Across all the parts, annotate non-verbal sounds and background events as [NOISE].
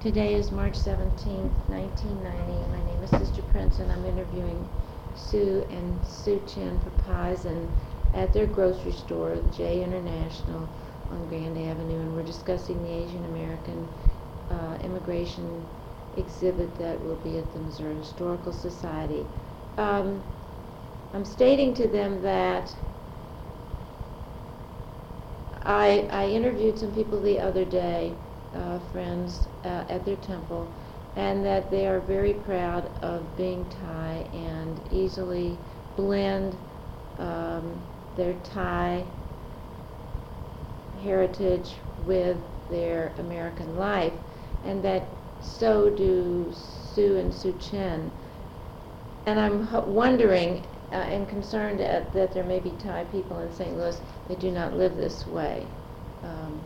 Today is March 17th, 1990. My name is Sister Prince, and I'm interviewing Sue and Sue Chin for Pies and at their grocery store, J International on Grand Avenue, and we're discussing the Asian American uh, immigration exhibit that will be at the Missouri Historical Society. Um, I'm stating to them that I, I interviewed some people the other day, uh, friends, uh, at their temple, and that they are very proud of being Thai and easily blend um, their Thai heritage with their American life, and that so do Sue and Su Chen. And I'm ho- wondering uh, and concerned at, that there may be Thai people in St. Louis that do not live this way. Um,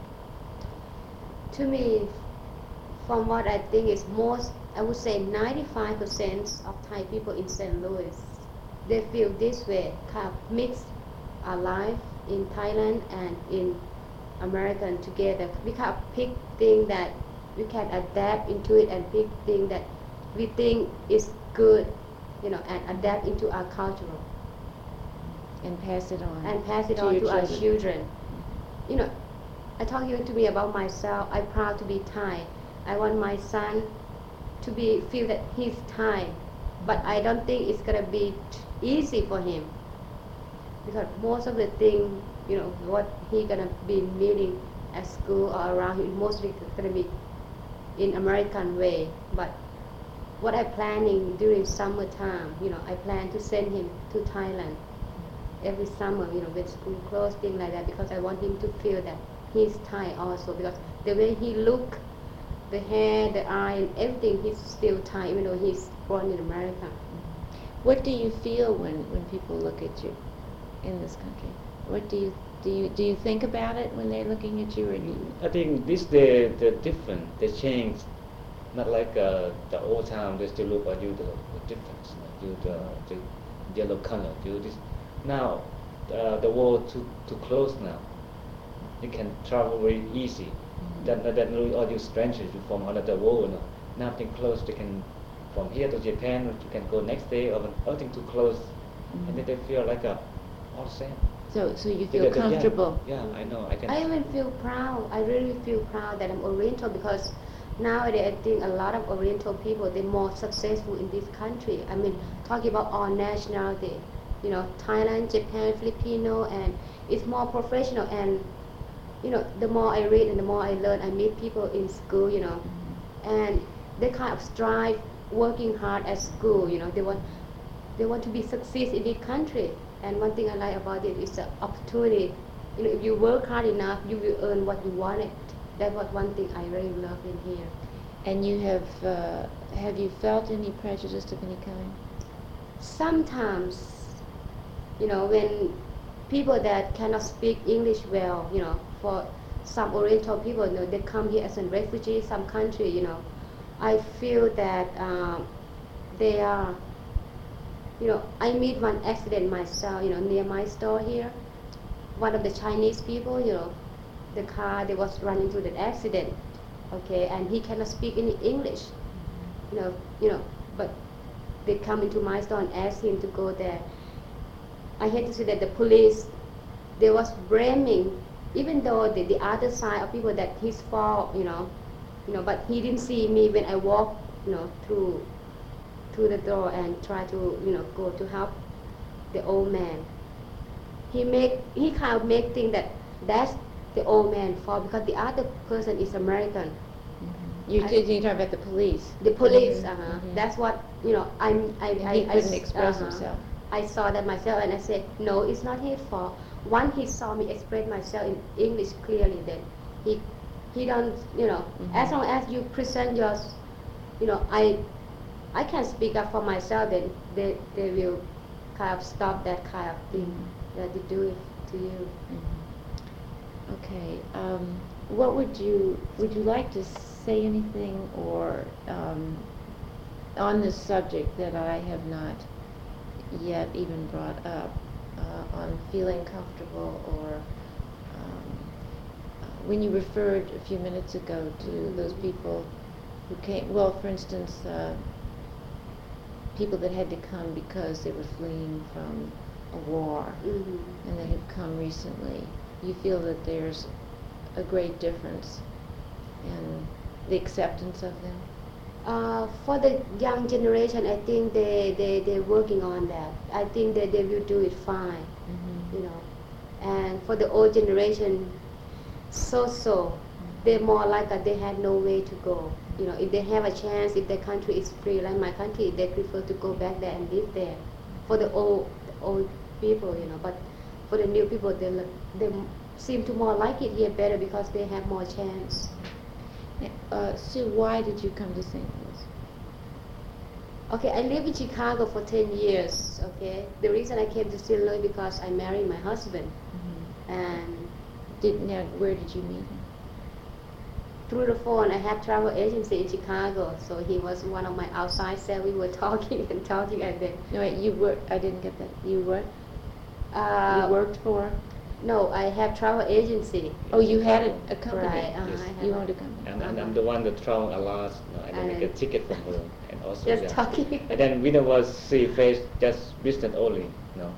To me, from what I think is most, I would say 95% of Thai people in St. Louis, they feel this way, kind of mixed our life in Thailand and in American together. We kind of pick things that we can adapt into it and pick things that we think is good, you know, and adapt into our culture and pass it on. and pass it To on your to our children. children. You know, I talk even to me about myself. I'm proud to be Thai. I want my son to be feel that he's Thai, but I don't think it's gonna be t- easy for him because most of the thing, you know, what he gonna be meeting at school or around him, mostly gonna be in American way. But what I planning during summertime, you know, I plan to send him to Thailand every summer, you know, with school clothes, things like that, because I want him to feel that he's Thai also, because the way he look, the hair, the eye, and everything, he's still Thai, even though he's born in America. What do you feel when, when people look at you in this country? What do you do you do you think about it when they're looking at you or do you, I think this day they're different. They change. Not like uh, the old time. They still look at you the, the difference. Like you the, the yellow color. You this. Now uh, the world too too close now. You can travel very easy. That that, that really all you strangers you from another world. Now. Nothing close. They can from here to Japan. You can go next day or nothing too close. And then they feel like a all same. so so you They feel get- yeah, comfortable? Yeah, I know. I can. I even feel proud. I really feel proud that I'm Oriental because nowadays I think a lot of Oriental people they're more successful in this country. I mean, talking about all nationality, you know, Thailand, Japan, Filipino, and it's more professional. And you know, the more I read and the more I learn, I meet people in school, you know, and they kind of strive working hard at school. You know, they want they want to be success in this country. And one thing I like about it is the opportunity. You know, if you work hard enough, you will earn what you wanted. That was one thing I really love in here. And you have uh, have you felt any prejudice of any kind? Sometimes, you know, when people that cannot speak English well, you know, for some Oriental people, you know, they come here as a refugee, some country, you know, I feel that um, they are, you know, I meet one accident myself, you know, near my store here. One of the Chinese people, you know, the car, they was running into the accident, okay, and he cannot speak any English, you know, you know, but they come into my store and ask him to go there. I had to say that the police, they was blaming, even though the, the other side of people that his fault, you know, you know, but he didn't see me when I walked, you know, through through the door and try to, you know, go to help the old man. He make he kind of make think that that's the old man fault because the other person is American. You I- did you talk about the police? The police, Mhm, uh-huh. mhm. that's what you know. I'm I I, he I couldn't s- express uh-huh. himself. I saw that myself and I said, no, it's not his fault. One, he saw me express myself in English clearly then. He, he don't, you know, Mhm. as long as you present your, s- you know, I, I can speak up for myself then they, they will kind of stop that kind of thing that they do it to you. Mhm. Okay, um, what would you, would you like to say anything or, um, on this subject that I have not yet even brought up, uh, on feeling comfortable or, um, uh, when you referred a few minutes ago to those people who came, well, for instance, uh, people that had to come because they were fleeing from a war hmm and that have come recently, you feel that there's a great difference in the acceptance of them? Uh, for the young generation, I think they, they, they're working on that. I think that they will do it fine, you know. And for the old generation, so so. They're more like that they had no way to go. You know, if they have a chance, if their country is free, like my country, they prefer to go back there and live there. For the old the old people, you know, but for the new people, they, look- they seem to more like it here better because they have more chance. Uh, Sue, why did you come to St. Louis? Okay, I live in Chicago for 10 years, okay? The reason I came to St. Louis because I married my husband Mm-hmm. and Did, now, where did you meet him? through the phone I have travel agency in Chicago, so he was one of my outside set. We were [LAUGHS] talking and talking and then No, wait, you were, I didn't get that. You what? uh, you worked for? no, I have travel agency. Oh, you had a, a company. Right, uh-huh, Yes. I have You a- owned a company. And, and I'm the one that travel a lot. You know, I don't make a And- ticket from home, and [LAUGHS] also just yeah. talking. And then we never see face, just business only. You know,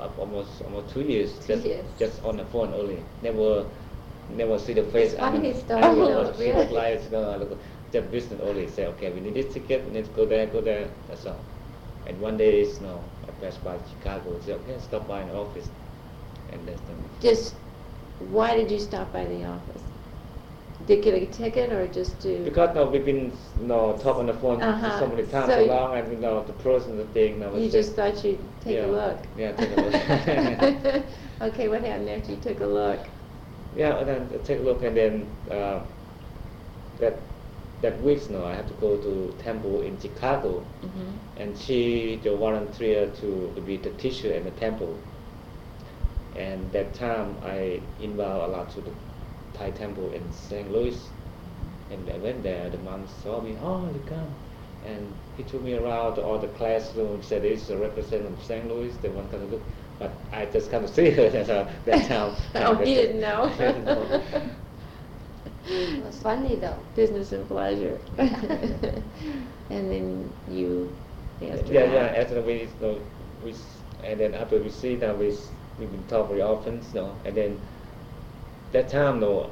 Up almost almost two years, Two just years. just on the phone only. Never never see the face. It's funny and- [LAUGHS] story, and you never know, see the really. clients, you know, look, just business only. Say okay, we need this ticket. We need to go there, go there. That's all. And one day, you know, I passed by Chicago. Say okay, stop by an office, and that's the. Just, why did you stop by the office? Did get a ticket or just to? Because now we've been you know, talk on the phone Uh-huh. so many times So so you- long, and you know the pros and the thing. Now You it's just thought you'd take yeah, a look. Yeah, take a look. [LAUGHS] Okay, what happened after you took a look? yeah, and then I take a look, and then uh, that that week, you know, I have to go to temple in Chicago, Mm-hmm. and she the volunteer to be the teacher in the temple. And that time, I involved a lot to the Thai temple in St. Louis. And I went there, the monk saw me, oh, you come. And he took me around to all the classrooms, said, this is a representative of St. Louis, they want to look. But I just come to see her [LAUGHS] that's all, [LAUGHS] that time. Oh, he didn't know. [LAUGHS] I didn't know. It was funny though. [LAUGHS] Business and [LAUGHS] pleasure. And then you asked her yeah, out. yeah, after we, you know, we, s- and then after we see that we, s- we've been talk very often, you know, and then that time, though,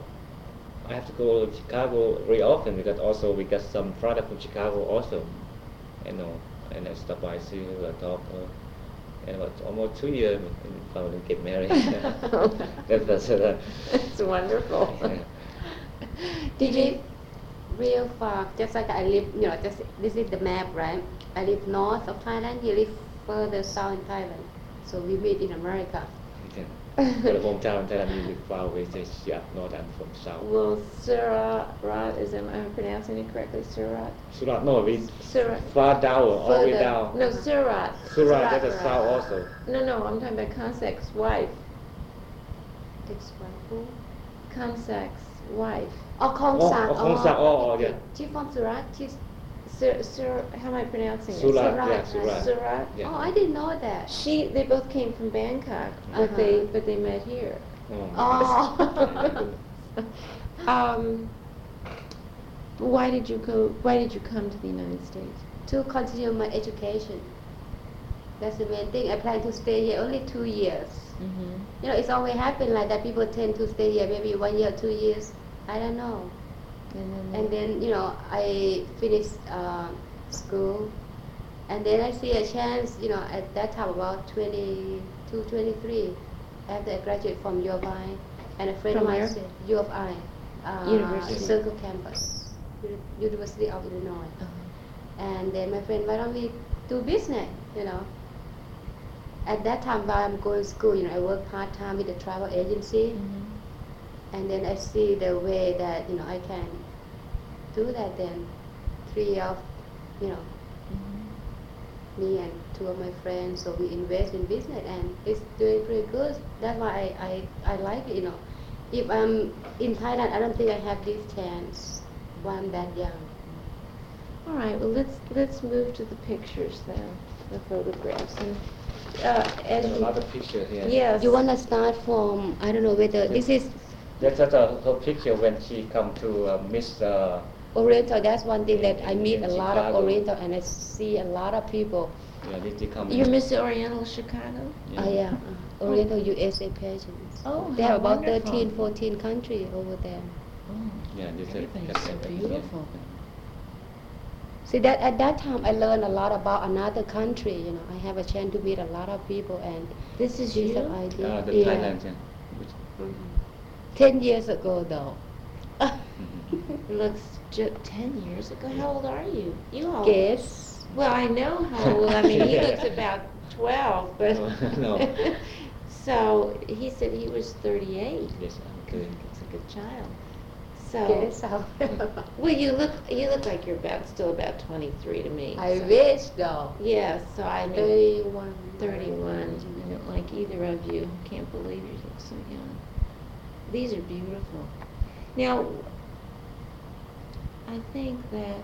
I have to go to Chicago very often because also we got some product from Chicago also, you know, and I stop by, see her, I talk, uh, and about almost two years, we we finally get married. [LAUGHS] that was, uh, It's Oh. wonderful. Yeah. Did you, real far, just like I live, you know, just this is the map, right? I live north of Thailand, he live further south in Thailand. So we meet in America. for the hometown, that I live far away, so she up north, I'm from south. well, Surat, Rod, is, am I pronouncing it correctly, Surat? Surat, no, we Surat. far down, all the way Further- down. No, Surat. Surat, that's a Surat. south also. No, no, I'm talking about Consac's wife. That's wonderful. Consac's wife. Oh, Kong Oh, San. oh, Khong San, oh, oh, yeah. She from Surat. She's, Sur, Sur, how am I pronouncing it? Surat, Surat, yeah, right. Surat. Surat. Yeah. oh, I didn't know that. She, they both came from Bangkok, but they, Uh-huh. but they met here. [LAUGHS] Mm. Oh. Um, why did you go, why did you come to the United States? to continue my education. That's the main thing. I plan to stay here only two years. Mm-hmm. You know, it's always happened like that. People tend to stay here maybe one year, two years. I don't know. And And then, then, you know, I finished uh, school. And then I see a chance, you know, at that time about 22, 23, after I graduate from U of I. And a friend From of mine where? said, U of I, uh, University. Circle Campus, Uni- University of Illinois. Uh-huh. And then my friend, why don't we do business, you know? At that time, while I'm going to school, you know, I work part time with a travel agency Mhm. and then I see the way that you know I can do that. Then three of you know Mhm. Mm-hmm. me and two of my friends, so we invest in business, and it's doing pretty good. That's why I I, I like it. You know, if I'm in Thailand, I don't think I have this chance when I'm that young. All right, well, let's, let's move to the pictures then, the photographs. And, uh, as There's a you, lot of pictures here. yes. You wanna start from I don't know whether this is That's just a, her picture when she come to uh, Miss uh, Oriental, that's one thing that I meet a In lot of Chicago. Oriental and I see a lot of people. Yeah, they, they come. You in. miss the Oriental Chicago? Yeah. Oh, yeah, uh, Oriental USA patients. Oh, They how have about wonderful. 13, 14 country over there. Oh, Yeah, they said. everybody's so beautiful. See, that, at that time, I learned a lot about another country, you know, I have a chance to meet a lot of people and This is see some you? idea. Uh, the Yeah. Thailand, yeah. Which, Mm-hmm. Ten years ago, though. [LAUGHS] mhm. Mm-hmm. Looks ju- ten years ago, how old are you? You all. [LAUGHS] Guess. Well, I know how old, I [LAUGHS] mean, he looks about twelve, [LAUGHS] but. No. So, he said he was thirty-eight. Yes, I'm Good, good. It's a good child. So, Guess how. well, you look, you look like you're about, still about twenty-three to me. [LAUGHS] I so- wish, though. Yeah, so I mean, Thirty-one. thirty-one, I don't like either of you, can't believe you look so young. These are beautiful. Now, I think that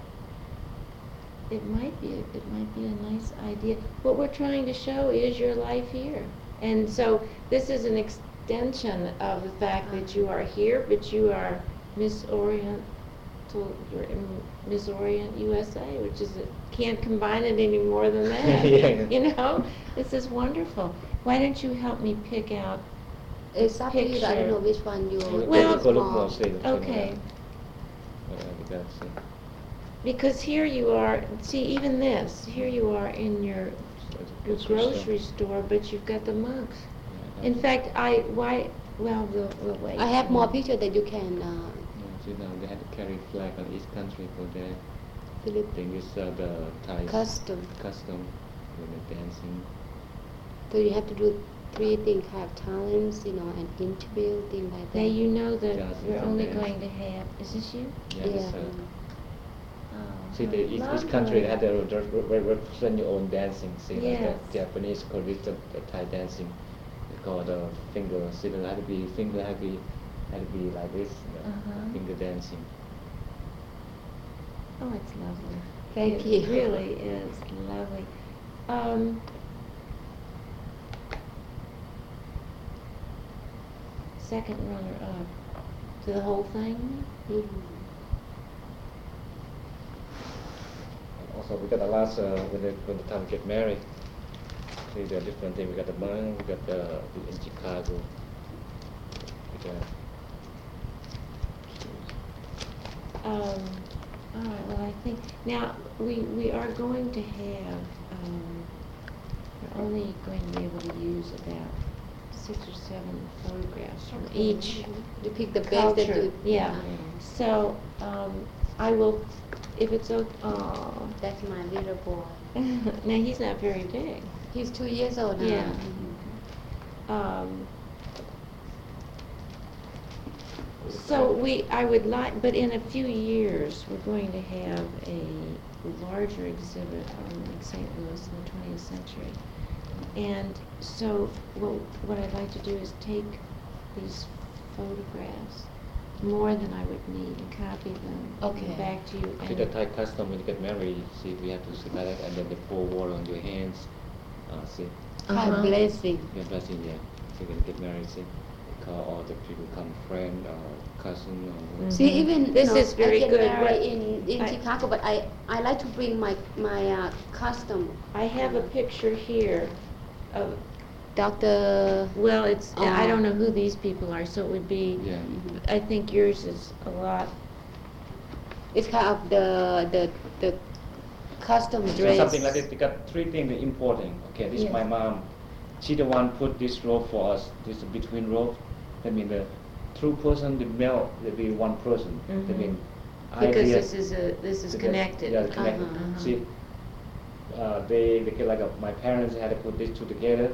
it might be, it might be a nice idea. What we're trying to show is your life here. And so this is an extension of the fact that you are here, but you are Miss Oriental, you're in Miss Orient USA, which is, a- can't combine it any more than [LAUGHS] Yeah. that. You know, this is wonderful. Why don't you help me pick out, It's up to you, I Picture. don't know which one you. We Well- go- we go look more, see the- okay. Uh, we got to see. Because here you are, see, even this, here you are in your, your grocery store, but you've got the monks. Yeah, In uh, fact, I, why, well, we'll, we'll wait. I have more picture that you can, uh, yeah, see now they had to carry flag on each country for their Philip, thing. It's uh, the Thai custom. custom, you know, dancing. So you have to do three things, have talents, you know, and interview, thing like that. Now, you know that Yeah, you're only sometimes. going to have, is this you? Yeah, it's, uh, Oh, see the, each, each country had their own, re- re- represent your own dancing. See like Yes. the Japanese call this the, the Thai dancing. They call the finger. See the had to be finger had to be had to be like this. you know, Uh-huh. Finger dancing. Oh, it's lovely. Thank It you. really is lovely. Um, second runner up to the whole thing. Mhm. Also, we got a lot, uh, when the, when the time get married, see, there are different things, we got the monk, we got the, the- in Chicago. We got, Um, all right, well, I think, now, we, we are going to have, um, we're only going to be able to use about six or seven photographs from each You pick the best that culture. you. Yeah, Mhm. so, um, I will, if it's, o- aw. Oh, [LAUGHS] That's my little boy. now, he's not very big. He's two years old now. Yeah. Mhm. Um, so we, I would like, but in a few years, we're going to have a larger exhibit on like St. Louis in the twentieth century. And so, what, what I'd like to do is take these photographs, more than I would need, and copy them. and Okay. Back to you. See and- the Thai custom, when you get married, see, we have to sit like that, and then they pour water on your hands, uh, see, God Uh-huh. blessing. your blessing, yeah. So when you get married, see, they call all the people come, friend, or cousin, or. Mm. See, even This you know, is very I get good married work. in in I- Chicago, but I I like to bring my my uh, custom. I have a picture here of, Doctor. Well, it's, I Um, don't know who these people are, so it would be, Oh. Yeah. mm-hmm. I think yours is a lot, It's kind of the the the custom So dress. something like that, they got three things that important, okay, this is Yes. my mom, she the one put this rope for us, this between rope, that mean the true person, the male, they be one person, that Mhm. mean idea. because this is a, this is because- connected. Yeah, connected, Uh-huh, uh-huh. see, uh, they, they get like, uh, my parents had to put these two together,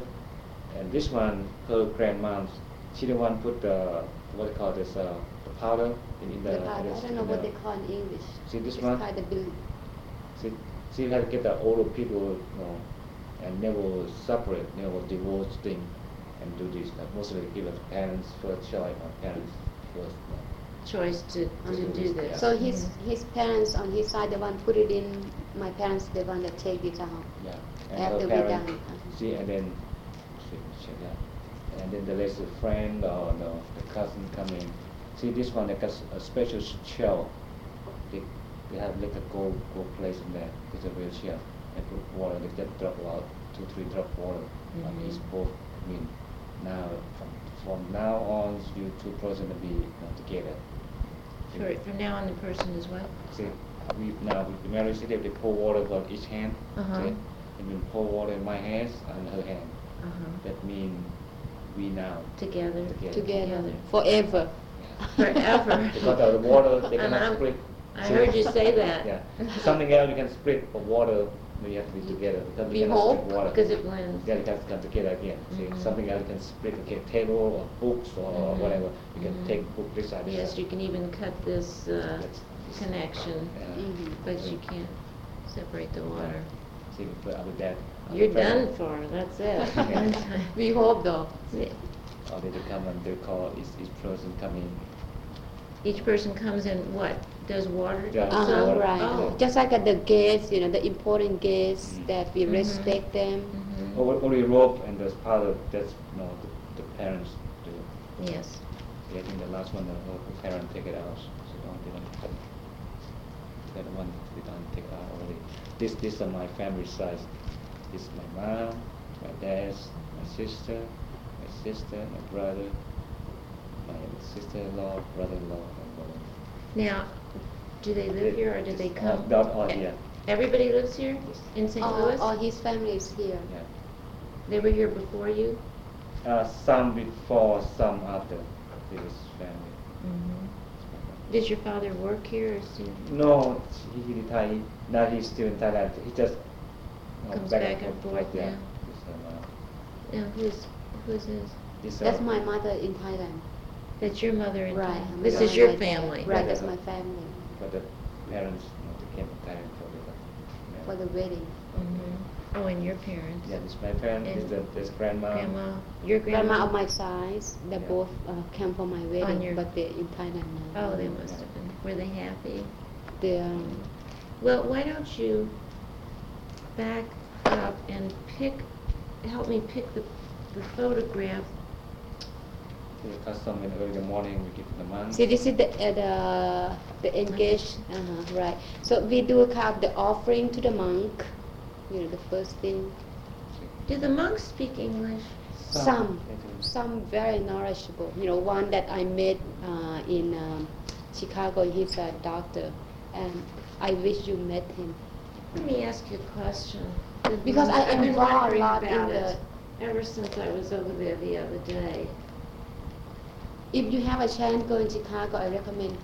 and this one, her grandmom, she the one put the, what they call this, uh, the powder in in the. The part, I this- don't know in what the- they call in English. See this It's one? kind of blue. See, see, you have to get the older people, you know, and never separate, never divorce thing, and do this. Like most of the people, parents first, child, my parents first. you know. Choice to, to do this. So his his parents on his side, the one put it in. My parents, the one that take it out. Yeah. After her we parent- done, uh-huh. See, and then, see, check that. And then the last friend or the, the cousin coming. See, this one, they got s- a special shell. They We have like a gold gold place in there with a wheelchair and put water. They just drop out two three drop water on Mhm. each boat. I mean, now from from now on, you two person will be you know, together. For, from now on, the person is what? See, we now the married city they pour water on each hand. Uh-huh. Okay, and we pour water in my hands and her hand. Uh-huh. That means we now Together. Together. together forever. [LAUGHS] Forever. because of the water they And [LAUGHS] cannot I'm- split. I See? heard you say that. [LAUGHS] Yeah, something else you can split, but water we have to be together because we Be cannot whole, split water. Because it blends. Then it has to come together again. See, Mhm. something else you can split, okay, table or books or Mhm. whatever. You can Mhm. take book this side. this Yes, side. you can even cut this uh, That's- connection, Yeah. Mhm. but you can't separate the water. See, but I would that. I You're would try done for, that's [LAUGHS] Yeah. it. [LAUGHS] We hope though. Or they will come and they call each, each person coming. Each person comes in, what, does water? Yeah. also? Uh-huh, Water. right. Oh. Just like at the gates, you know, the important gates Mm. that we Mhm. respect them. Mhm. Or only rope and there's part of that's you know the, the parents do. Yes. Yeah, I think the last one, the the parent take it out, so don't, they don't cut it. That one, they don't take out already. This, this are my family size. This is my mom, my dad, my sister, my sister, my brother, my sister-in-law, brother-in-law, and brother. Now, do they live here or do they Uh, come? not all here. Everybody lives here in St. All, Louis? all his family is here. Yeah. They were here before you? Uh, some before, some after this family. Mm-hmm. Does your father work here or is he? No, he retired, now he's still in Thailand, he just. you know, Comes back and forth, yeah. yeah. Just, um, uh, Now, who's, who's this? Yes, sir. That's my mother in Thailand. That's your mother and Right. Tom. I'm This with is my your mother. family. Right, that's my family But the parents, you know, they came to Thailand for the. for the wedding. Mhm. Mm-hmm. Oh, and your parents. Yeah, this my parents, this the, this grandma. Grandma, your Grandma grandma. of my size, they Yeah. both uh, came for my your- wedding, but they're in Thailand now. Oh, they must have been, were they happy? They, um, Well, why don't you back up and pick, help me pick the, the photograph. The custom in early in the morning, we give to the man. See, this is the, uh, the, the engaged, uh right. So we do have the offering to the monk, you know, the first thing. Do the monks speak English? Some, they do. some very nourishable. You know, one that I met uh, in um, Chicago, he's a doctor, and I wish you met him. Let me ask you a question. Because I- I've I'm been involved a wondering lot in about the- it Ever since I was over there the other day. If you have a chance, go in Chicago, I recommend.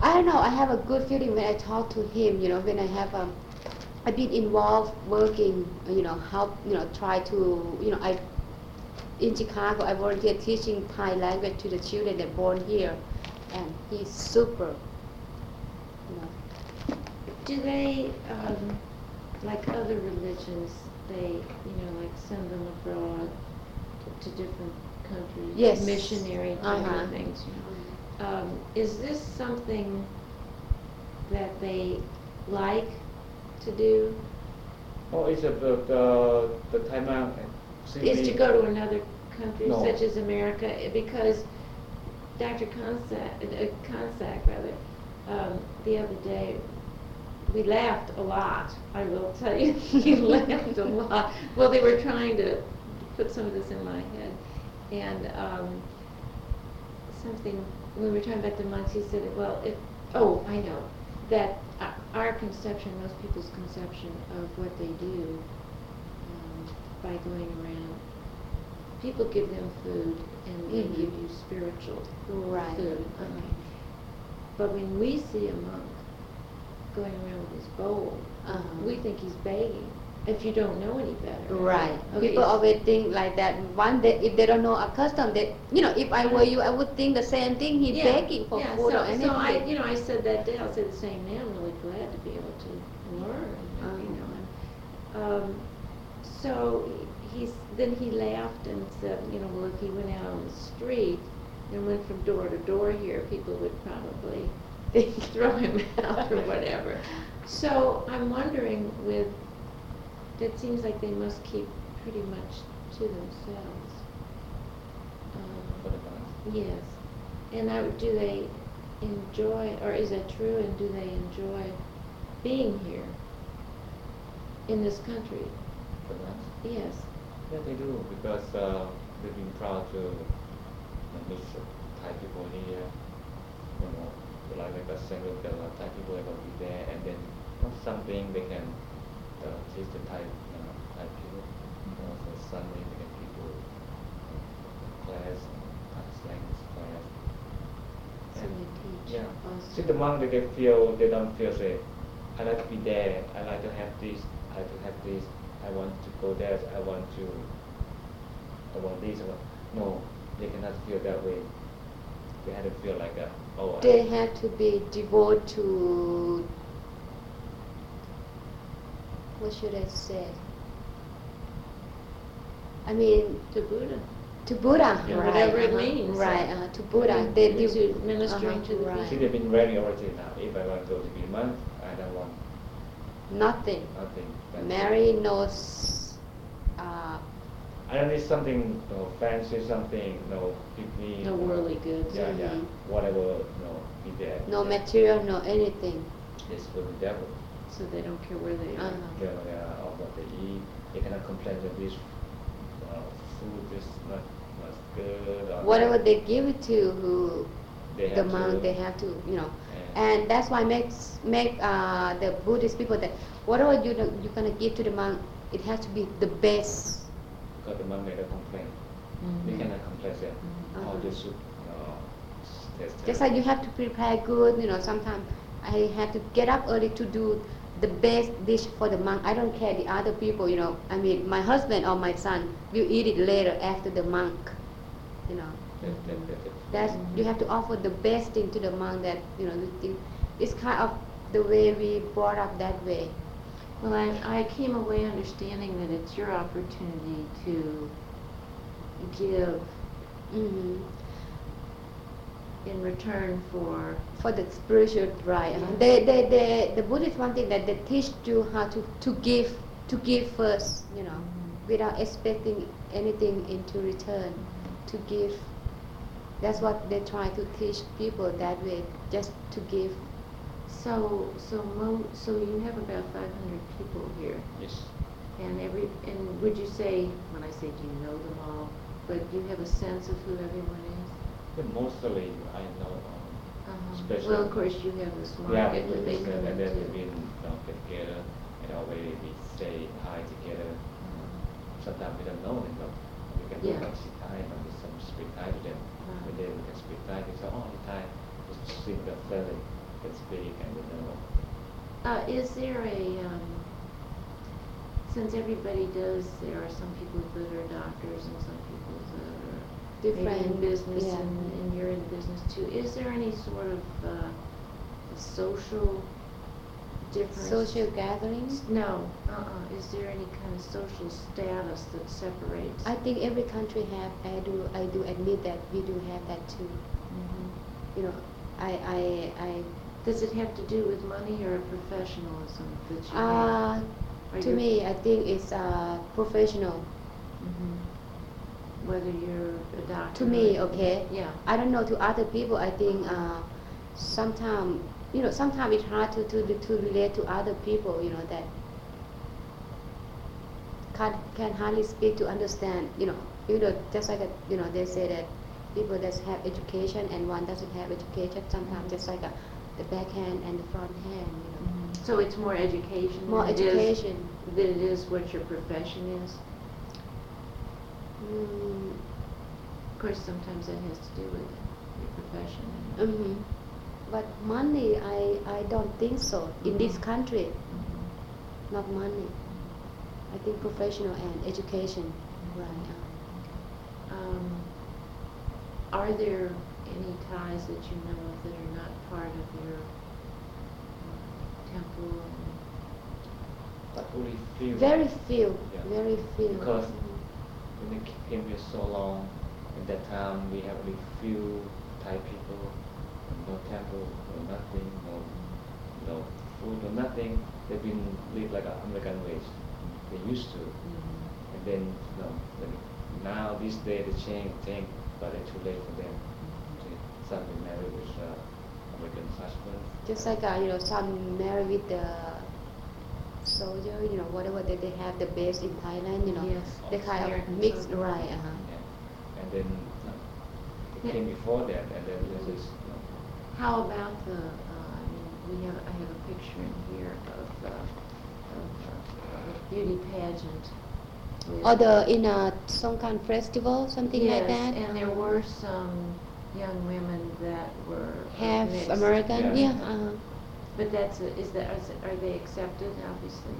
I don't know, I have a good feeling when I talk to him, you know, when I have, um, I've been involved working, you know, help, you know, try to, you know, I, in Chicago, I volunteer teaching Thai language to the children that born here, and he's super, you know. Do they, um, like other religions, they, you know, like send them abroad to different countries? Yes. Missionary type Uh-huh. of things, you know? Um, is this something that they like to do? Oh, it's a, the, the, the time out. see, we- Is to go to another country No. such as America? eh, Because Dr. Consack, uh, Consack rather, um, the other day, we laughed a lot. I will tell you, [LAUGHS] we laughed a lot. Well, they were trying to put some of this in my head. And um, something, when we were talking about the monks, he said, well, if, oh, I know, that o- our conception, most people's conception of what they do um, by going around, people give them food and they Mhm. give you spiritual Right. food. Okay. But when we see a monk going around with his bowl, Uh-huh. we think he's begging. If you don't know any better, Right. Okay, People so- always think like that. One day, if they don't know a custom, they, you know, if I were you, I would think the same thing. He Yeah, begging for yeah, food so, or anything. So I, you know, I said that day. I'll say the same now. I'm really glad to be able to learn. You Um. know, and, um, so he's then he laughed and said, you know, well, if he went out on the street and went from door to door here, people would probably [LAUGHS] throw him out or whatever. So I'm wondering with it seems like they must keep pretty much to themselves. Um, For the man. Yes, and I, do they, enjoy, or is it true, and do they enjoy being here in this country? But that's Yes. Yeah, they do because uh, they've been proud to meet Thai people here. You know, like they got single, there are Thai people that will be there, and then you know, something they can uh, teach the Thai you know, Thai people. You know, so Sunday they can people uh, class, Thai language class. So And- they teach yeah. also. See the monk they can feel they don't feel say, I like to be there, I like to have this, I like to have this, I want to go there, I want to I want this, I want no, they cannot feel that way. They had to feel like a oh I- They have to be devoted to, what should I say? I mean, To Buddha. to Buddha, Yeah. right? Whatever it uh-huh, means. Right, uh, to Buddha. They Yeah. devote To ministering uh-huh, to the right. See people. they've been very original now. If I want to go to be monk, I don't want nothing. nothing. but- Mary knows, uh, I don't need something no fancy, something no deeply No worldly goods. Yeah, yeah. Mhm. Whatever no be there. no material, no anything. It's for the devil. So they don't care where they are. Uh-huh. They don't care of what they eat. They cannot complain that this uh, food is not not good. Or Whatever they give it to who, they the have to- uh, monk, they have to, you know. and- And that's why makes make uh, the Buddhist people that whatever you do- you're gonna give to the monk, it has to be the best. because the monk they don't complain. Mm-hmm. They cannot complain that oh this soup uh, tastes Uh-huh. Just like terrible." you have to prepare good, you know. Sometimes I have to get up early to do the best dish for the monk. I don't care the other people, you know. I mean, my husband or my son will eat it later after the monk, you know. That- that- that- that- That's you have to offer the best thing to the monk that you know. You think it's kind of the way we brought up that way. Well, I, I came away understanding that it's your opportunity to give Mm-hmm. hmm in return for for the spiritual right. uh, Yeah. They, they, they, the Buddha is one thing that they teach you how to, to give, to give first, you know, Mm-hmm. without expecting anything into return, to give. That's what they try to teach people that way, just to give. So, so mo, so you have about five hundred people here, yes. and every, and would you say, when I say do you know them all, but you have a sense of who everyone is? But mostly I know um, Uh-huh. Especially- Well, of course, you have this Yeah, market that they we- come and then we've into. been um, together, and always we say hi together. Uh-huh. Sometimes we don't know them, but we can Yeah. do like sit Thai, and we some speak Thai to them. Right. When they we can speak Thai, they say, oh, you Thai, just speak the friendly, can speak, and we know. Uh, is there a, um, since everybody does, there are some people that are doctors and some people that are maybe in Different business yeah. and, and you're in business too. Is there any sort of uh, social difference? social gatherings. No. Uh-uh. Is there any kind of social status that separates? I think every country have. I do. I do admit that we do have that too. Mhm. You know, I, I, I Does it have to do with money or professionalism that you have? Uh, Are to you- me, I think it's uh, professional. Mhm. mm-hmm. Whether you're a doctor. To me, or- okay. Yeah. I don't know to other people. I think uh, sometimes you know sometimes it's hard to, to to relate to other people. You know that can can hardly speak to understand. You know you know just like a, you know they say that people that have education and one doesn't have education sometimes just like a, the backhand and the front hand. You know mm-hmm. So it's more education. than more it is- education. Than it is what your profession is. Mm, Of course, sometimes that has to do with your profession. and- hmm But money, I, I don't think so. In this Mhm. country, not money. I think professional and education. Right. Um, Are there any ties that you know of that are not part of your um, temple? But only few. Very few, Yeah. very few. Because when they came here so long, at that time we have only few Thai people, no temple, no nothing, no, no food, no nothing. They've been live like an American ways. They used to, Mm-hmm. and- and then you know, then now this Mm-hmm. day they change thing, but it's too late for them. They- Some been married with uh, American husband. Just like uh, you know, some married with the soldier, you know, whatever that they have the base in Thailand, you know, Yes. they kind of American mixed soldier. right. Uh-huh. Yeah. And then uh, it Yeah. came before that, and then there's this. You know, How about the, uh, I mean, we have, I have a picture in here of, uh, of uh, a beauty pageant. with- Or the in a Songkran festival, something Yes, like that. and there were some young women that were. uh, half mixed. American, Yeah. yeah. uh-huh. But that's, a- is that, is- are they accepted, obviously?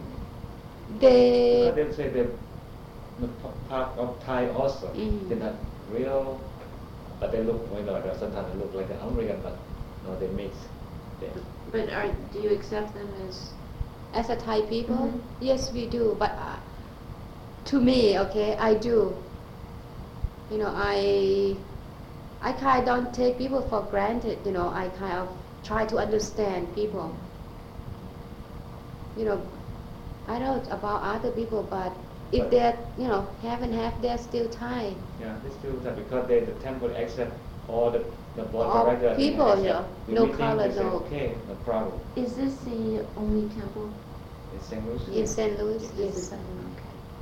They but they say they're the p- part of Thai also. Mhm. They're not real, but they look. You know, they- sometimes they look like an American, but no, they mix. They, But are, do you accept them as? as a Thai people, Mhm. yes, we do. But uh, to me, okay, I do. You know, I I kind of don't take people for granted. You know, I kind of try to understand people. You know, I don't know about other people, but if But- they're you know haven't have, they're still Thai. Yeah, this feels that because they, the temple accept all the, the board All director. and people, accept yeah. the No meeting, color, they say, no- Okay, no problem, Is this the only temple? in St. Louis. In St. Louis, Yes. yes. Okay.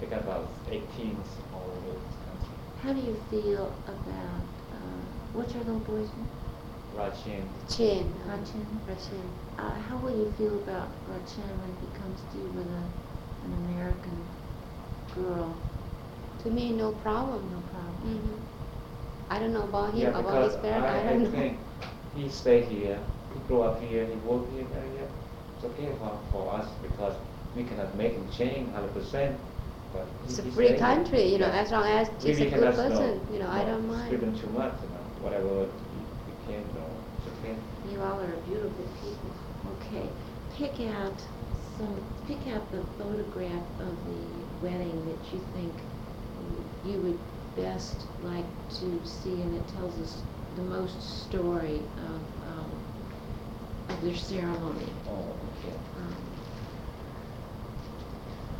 They got about eighteen all over the How do you feel about, uh, what's your little boy's name? country, Rajin, Chin. uh, Rachin. Russian. Uh, how will you feel about Rachin when he comes to you with a, an American girl? To me, no problem. No problem. hmm I don't know about him, Yeah, about because his parents. I, I, I don't know. think he stay here, he grew up here, he work here, uh, yeah. It's okay for, for us because we cannot make him change hundred percent, but he- It's a he free stay here. country, you know, Yeah. as long as We- he's we a good cannot, no, person, you know, I no, don't Give mind. him too much, you know, whatever he became, no, it's okay. You all are beautiful people. Okay, pick out some, pick out the photograph of the wedding that you think you would best like to see, and it tells us the most story of, um, of their ceremony. Oh, okay. Um,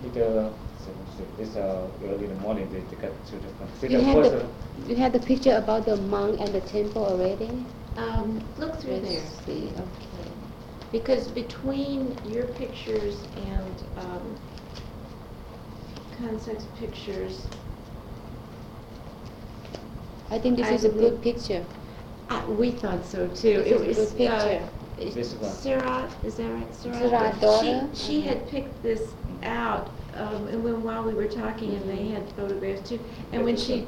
Because this uh, early in the morning, they, they got to the You consider have first. the, you have the picture about the monk and the temple already? Um, look through Let's there. see, okay. Because between your pictures and, um, Concept's pictures, I think this I is a good believe- picture. I- we thought so too. This It is a was, good uh, This one. Sarah, is that right? Sarah daughter. She, she had picked this out, um, and when, while we were talking, and they had photographs too, and when she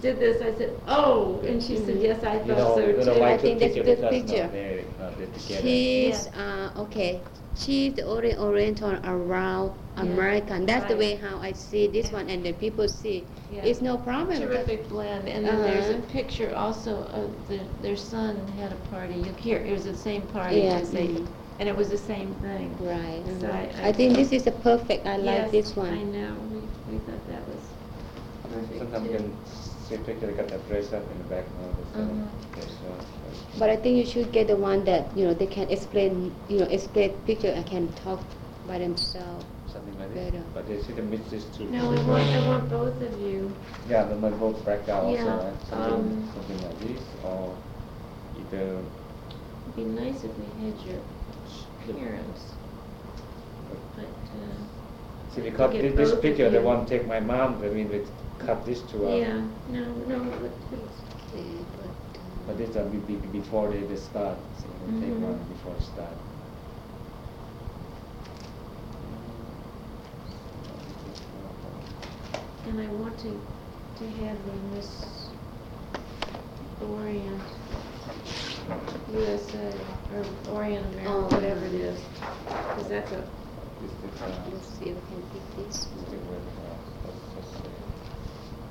did this, I said, oh, and she said, yes, I You thought know, so you know too. why I two think that's picture good because picture. No, they, no, they together. She's, uh, okay, she's the ori- oriental around Yeah, American. That's the way right. how I see this one and the people see. Yeah. It's no problem. Terrific blend, and then there's a Uh-huh. picture also of the, their son had a party, here, it was the same party Yeah, as they, mhm. and it was the same thing. Right. So I- I think this is a perfect, I Yes, like this I one. know, we, we thought that was perfect Sometimes you too. can see picture, they got the dress up in the back. No, this Uh-huh. one, this one, this one. But I think you should get the one that, you know, they can explain, you know, explain picture and can talk by themselves. Something like Better. this. But they see the mix is too. No, I want, I want both of you. Yeah, the might both back out also, Yeah, right? Something, um, something like this or either It'd be nice if we had your parents. But, uh, See, because get this, this both of picture, they you. want to take my mom, I mean, we cut this to, uh, yeah, no, no, but please. Okay, but, uh, but this, uh, be, be, before they, they start, so we take Mhm. one before they start. And I want to, to have the Miss Orient USA, or Orient Oh. America, whatever it is. Cause that's a, This, this, uh, Let's this see, we can pick this is one. with, uh, let's just say. this,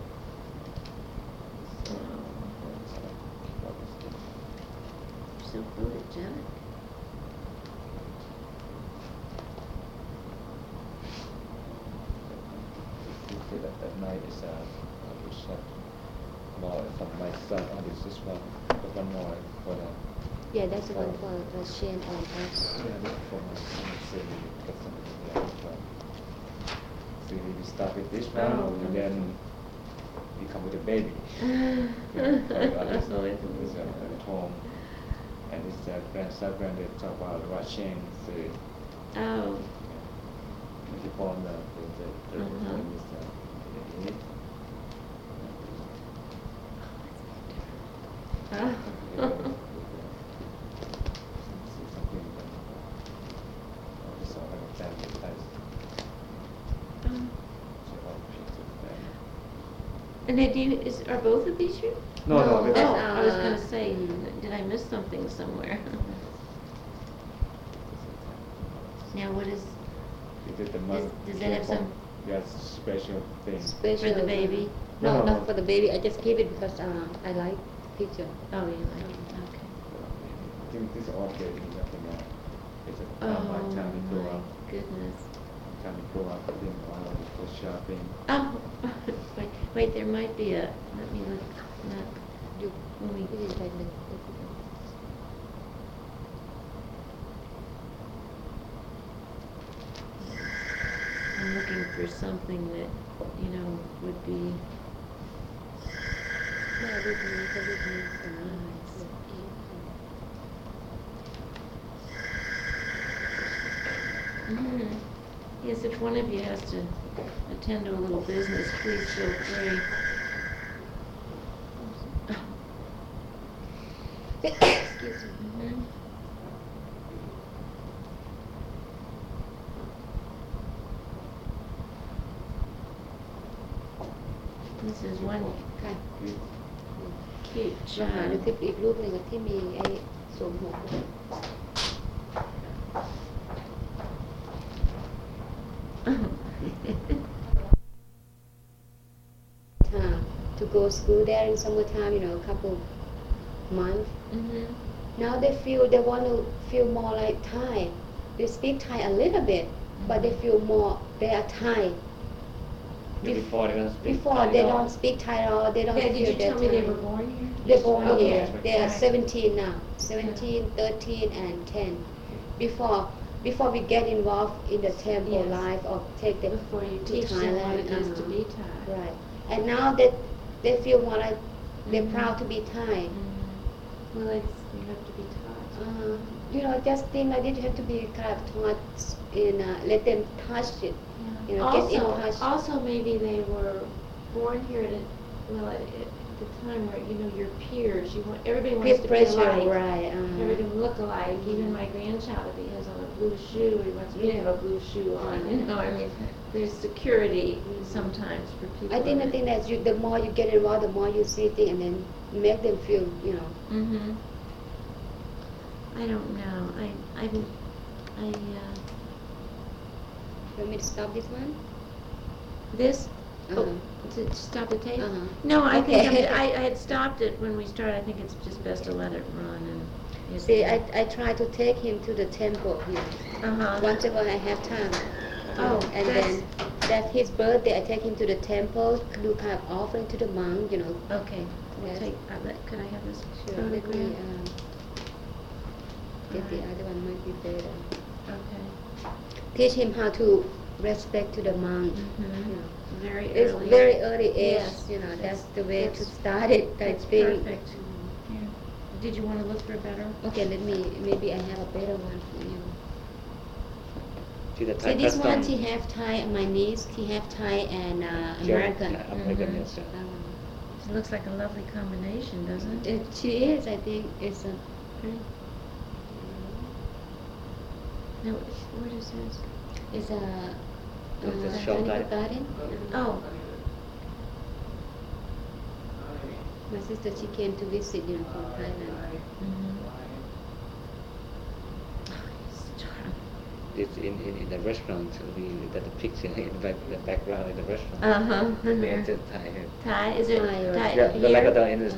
uh, what is this? so photogenic. You see that that night is uh, a shot more from my son. Oh, this is one, but one more for the Yeah, that's the one for Russian and us. yeah, this for my son. So we got something there as well. So we we start with this one, Oh, and then we come with a baby. Oh, Yeah, so, uh, this- I this, uh, see. at home. and his uh, grandson, granddad talk about rushing the [LAUGHS] Oh, the bond, uh, the the the Uh-huh. the- is, uh, the- the- Ah. the- the- the- something that, uh, also understand that um, that's about it. and they do, is, are both of these here? No, no, Oh, because- I was gonna Uh, say, did I miss something somewhere? Now, what is, He did the mother. does that have some- Yes, special thing. Special. for the baby? No, No, no, not no. for the baby. I just gave it because uh, I like picture. Oh, you like it, okay. I think this all gave me nothing else. It's a Oh, time by time to go my out, goodness. time to go out, then all of go shopping. Oh, [LAUGHS] wait, wait, there might be a, let me look, not, You, when we, you didn't like me. I'm looking for something that, you know, would be, No, I didn't. I didn't. Nice. Mhm. yes, if one of you has to attend to a little business, please feel free. [COUGHS] Excuse me. Mhm. This is one ค่ะ cute มาหาดู child. คลิปอีกรูปหนึ่งอะที่มีไอ้สวมหัว Mm-hmm. time to go school there in summertime, you know, a couple months. Mhm. Now they feel they want to feel more like Thai. They speak Thai a little bit, but they feel more they are Thai. Before they don't speak. Before they don't speak Thai at all. They don't Yeah, feel did you they're tell me they Thai. were born here? They're uh, born Okay. here. They are Right. 17 now. 17, 13, and 10. Before before we get involved in the temple Yes. life or take them Before you to teach them what Thailand, it is to uh-huh. be taught. Right. And now that they feel more like they're proud to be Thai. Mm-hmm. Well, it's, you have to be taught. Uh, you know, just thing like that you have to be kind of taught in uh, let them touch it. You know, get in touch. Also, also maybe they were born here at, a- well, at, at the time where, you know, your peers, you want, everybody Peer wants to be pressure, alike. right? Uh, Everybody to look alike, even my grandchild, if he has on a blue shoe, he wants me to have a blue shoe on, [LAUGHS] you know, I mean, there's security sometimes for people. I think the thing that you, the more you get involved, the more you see things, and then make them feel, you know. Mm-hmm. I don't know, I, I, I, uh, You want me to stop this one? this, Uh-huh. oh, to stop the tape? Uh-huh. No, I think, Okay. I'm- I, I had stopped it when we started, I think it's just best to let it run and. you See, I, I try to take him to the temple here. Uh-huh. Whenever I have time. Oh, and that's, then that's his birthday. I take him to the temple, do kind of offering to the monk, you know. okay, we'll Yes. take, uh, let- could I have this Sure. Let me photograph? um, get the other one might be better. uh, Okay. Teach him how to respect to the monk. You Mhm. know. Very It's early. very early age, Yes. you know, That's- that's the way to that's- start it, That's that's being, perfect. Yeah. Did you wanna look for a better? okay, let me, maybe I have a better one for you. See the See, Thai this one, custom. she have Thai, my niece, she have Thai and uh, American. Yeah, American, Mhm. yes, yeah. Uh, It looks like a lovely combination, doesn't it? it- She is, I think, it's a, No, what is this? it's a. uh, It's a short botanical life. garden. Uh, Oh, My sister, she came to visit, you know, from Thailand. Mm-hmm. It's in, in, in the restaurant, we, that the picture in the back- the background in the restaurant. Uh-huh. It's a Thai. Thai, is it Thai or- Thai Yeah, the like here? the, in the, Uh,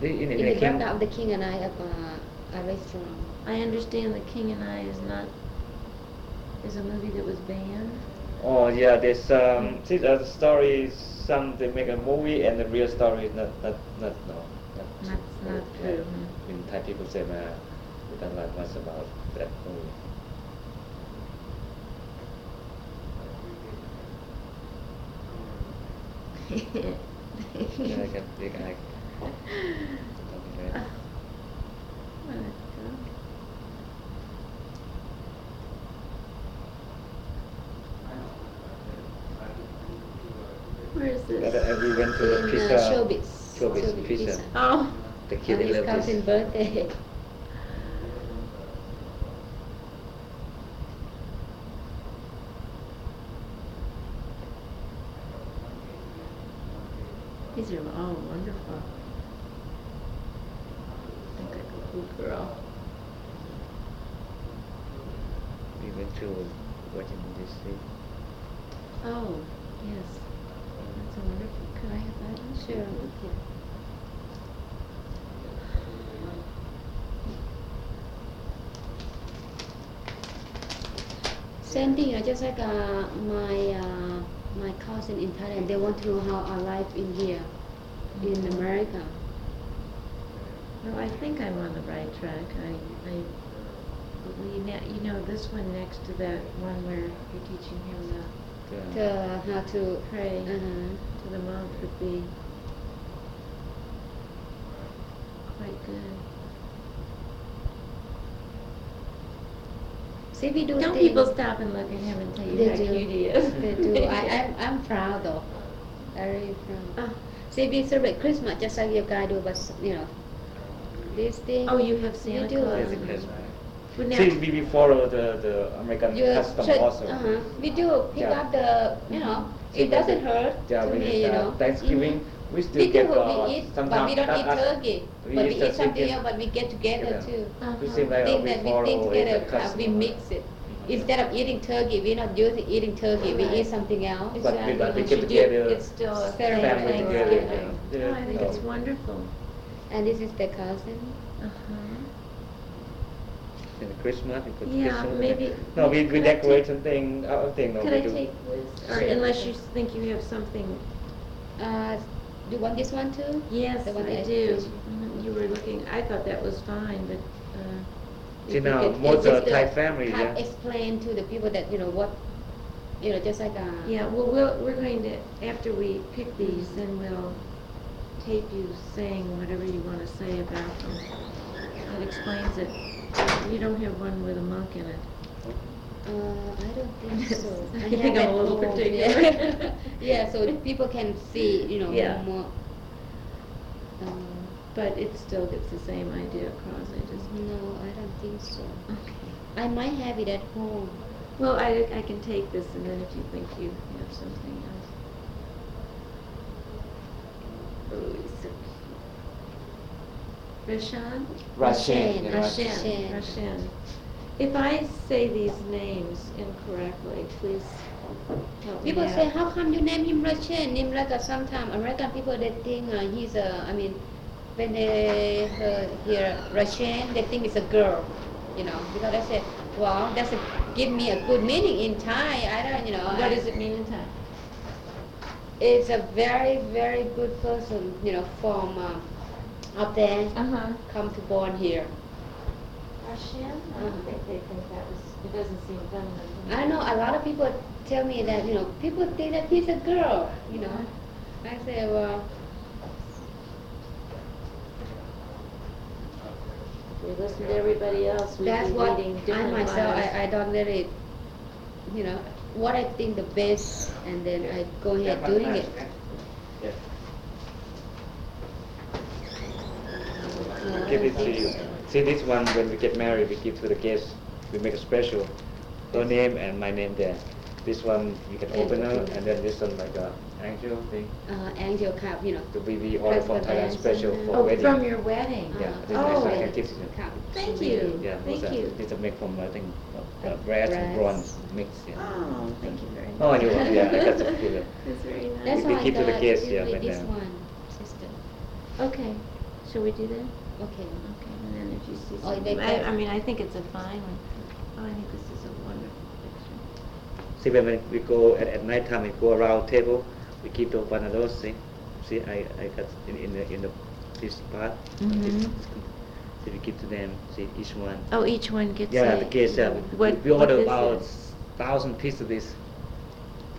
in, in In the the camp. background of the king and I have a, a restaurant. I understand The King and I is not, is a movie that was banned. Oh yeah, there's um, see the story. Some they make a movie and the real story is not not not no. That's not yeah. true. In Thai people say, "Man, we don't like much about that movie." Yeah, I can, they can, I can. Oh, What a girl. is But this? uh, we went to the in pizza, uh, showbiz. Showbiz pizza. Oh, the kid On they his love cousin's this. birthday. these are all wonderful. Like a good girl. We went to watching this thing. Oh, yes. That's a wonderful, could I have that? one? Sure. Okay. Same thing. I just like uh, my uh, my cousin in Thailand. They want to know how I live in here, in America. Mm. No, I think I'm on the right track. I, I, well, you know, you know, this one next to that one where you're teaching him to Yeah. To how to. pray Uh-huh. to the monk would be quite good. See, we do Don't things. people stop and look at him and tell you They how do. cute he is? They [LAUGHS] do. I, I'm, I'm proud though. Very Ah. proud. See, we celebrate Christmas just like you guys do, but you know, this thing. Oh, you have Santa do. Claus. There's a Christmas. Well, now- See, we, we follow the, the American you custom should- also. uh-huh. We do pick Yeah. up the, you know, See, it doesn't hurt Yeah, to we me, you uh, know. Thanksgiving, we still Little get what uh, we eat, but sometimes we don't not eat us. turkey. we But we used to eat something get- else, but we get together Yeah. too. Uh-huh. We seem like Thing we that we think follow the together, uh, we custom. mix it. Instead of eating turkey, we're not used to eating turkey, we Right. eat something else. But we- but we Exactly. get Should you- together, It's still a family family together, gathering. yeah. No, Oh, I think it's Yeah. wonderful. And this is the cousin. Uh-huh. In Christmas, we put Yeah, Christmas. maybe- No, we, we could I decorate take- something, uh, thing, no, Could we I do. take this? Or unless you think you have something, Uh, do you want this one too? yes, The one I that I do. put- Mhm, You were looking, I thought that was fine, but, uh, See, If you now, could- most if of you Thai could families, have yeah. Explain to the people that, you know, what, you know, just like, uh, yeah, well, we'll, we're going to, after we pick these, then we'll tape you saying whatever you want to say about them. That explains it. You don't have one with a monk in it. Uh, I don't [LAUGHS] think so. I I think have I'm that a little old, particular. [LAUGHS] yeah. [LAUGHS] Yeah, so that people can see, you know, Yeah. more. Uh, But it still gets the same idea across, I just. No, I don't think so. I might have it at home. Well, I, I can take this and then if you think you have something else. Oh, it's so cute. Rashan? Russian, you know, Russian. Rashan, Rashan. If I say these names incorrectly, please help me People out. say, how come you name him Russian? Name like a sometime American people they think uh, he's a. I mean, when they uh, hear Russian, they think it's a girl. You know, because I said, well, that's a, give me a good meaning in Thai. I don't, you know. What I- does it mean in Thai? It's a very, very good person, you know, from um, up there, Uh-huh. come to born here. Rashan? I Uh-huh. don't think they think that was, it doesn't seem feminine. I know a lot of people tell me that, you know, people think that he's a girl, you know. Mm-hmm. I say, well, If we listen to everybody else, we'd be that's what leading I different lives. myself, I, I don't let it, you know, what I think the best, and then I go ahead oh, doing it. Give it to you. See, this one, when we get married, we give to the guests, we make a special, your name and my name there. This one, you can open it, and then this one like a angel thing, Uh, angel cup, you know. to be the order from Thailand special for Oh, wedding. from your wedding? uh, Yeah, this Oh. is like a gift. cup. Thank you, Yeah, thank it's a- you. It's a make from, I think, uh, uh, brass and bronze mix, yeah. Oh, thank you very much. Oh, you're welcome. Yeah, I got [LAUGHS] some feeling. That's very nice. That's We why I give to the thought guests, you yeah, read but, this uh, one, sister. Okay, shall we do that? Okay. Okay, and then if you see Oh, they something, I, got- I mean, I think it's a fine one. Oh, I think this is a wonderful picture. See, when when we go at, at night time, we go around table, we keep the one of those, see? See, I, I got in, in the, in the, this part. this- Mhm. See, we give to them, see, each one. Oh, each one gets a. Yeah, the case, yeah. we- What, We what order this about is. thousand pieces of this.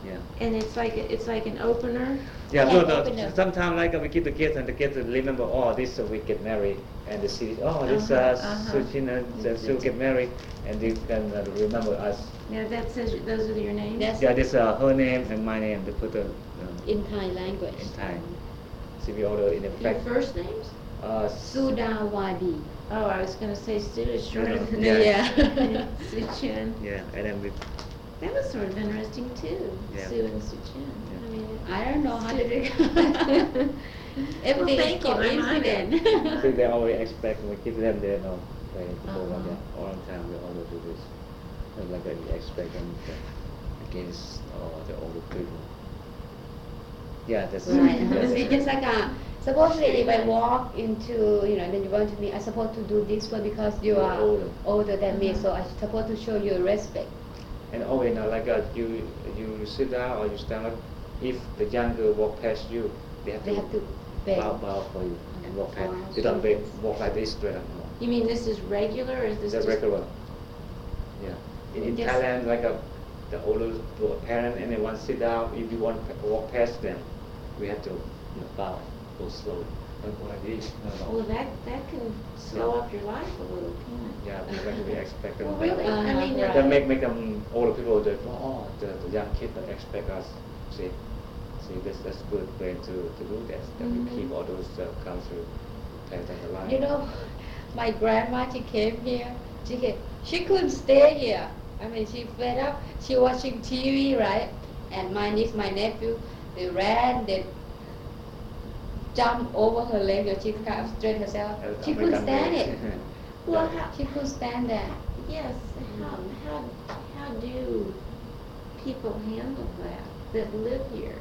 yeah. And it's like, it's like an opener. Yeah, so Yeah, open the, up. sometimes like uh, we give the kids and the kids will remember, oh, this uh, we get married, and they see, oh, this Uh-huh, uh, uh-huh. Suchin and uh, Sue get married, and they can uh, remember us. Now, that says, those are your names? Yes. Yeah, this uh, her name and my name. They put the um, in Thai language. in Thai. See, we order in Your effect. first names? Uh, s- Suda Wadi. Oh, I was gonna say Sue is shorter Yeah. than Yeah. that. [LAUGHS] Sue Chen. yeah, and then we That was sort of interesting too, Yeah. Sue and Sue Chen. Yeah. I mean, I don't know how to. Well, Everything thank is you. I'm coincident. honored. [LAUGHS] think they already expect we give them their know like people Uh-huh. want that all the time. They always do this. And like uh, we expect them to- against all the older people. Yeah, that's Right. that's- It's just like a, supposedly if I walk into, you know, then you want to me, I supposed to do this one because you You're are older. older than Uh-huh. me, so I supposed to show you respect. And always now, like uh, you you sit down or you stand up. If the younger walk past you, they have They to, have to beg. bow bow for you and walk past. Wow. They don't beg, walk like this straight up. No. You mean this is regular or is this just? It's a regular. Yeah. In, in Yes. Thailand, like a the older to a parent and they want to sit down. If you want to walk past them, we have to you know, bow, go slow, don't go like this. No, Well, no. that, that can slow up your life a little, can Yeah, we like we expect them. Well, really, I Uh-huh. mean, Yeah, That uh, make make them older people that oh the, the young kid that expect us see see that's that's good way to, to do that that Mhm. we keep all those uh, culture and the line. You know, my grandma, she came here, she came, she couldn't stay here. I mean, she fed up, she watching TV, right? And my niece, my nephew, they ran, they jumped over her leg, and she kind of straightened herself. Uh, She couldn't American stand way. it. [LAUGHS] well, how, She couldn't stand that. yes, how, how, how do people handle that, that live here?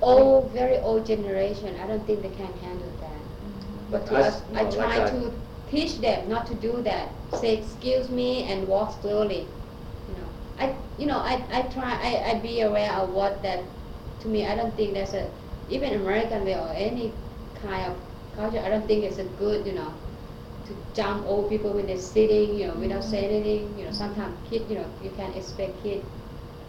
Old, very old generation, I don't think they can handle that. But to Us, us, I no, like try that. to teach them not to do that. Say, excuse me, and walk slowly. You know, I, you know, I, I try, I, I be aware of what that, to me, I don't think that's a, even American way or any kind of culture, I don't think it's a good, you know, to jump old people when they're sitting, you know, without saying anything, you know, sometimes kid, you know, you can expect kid.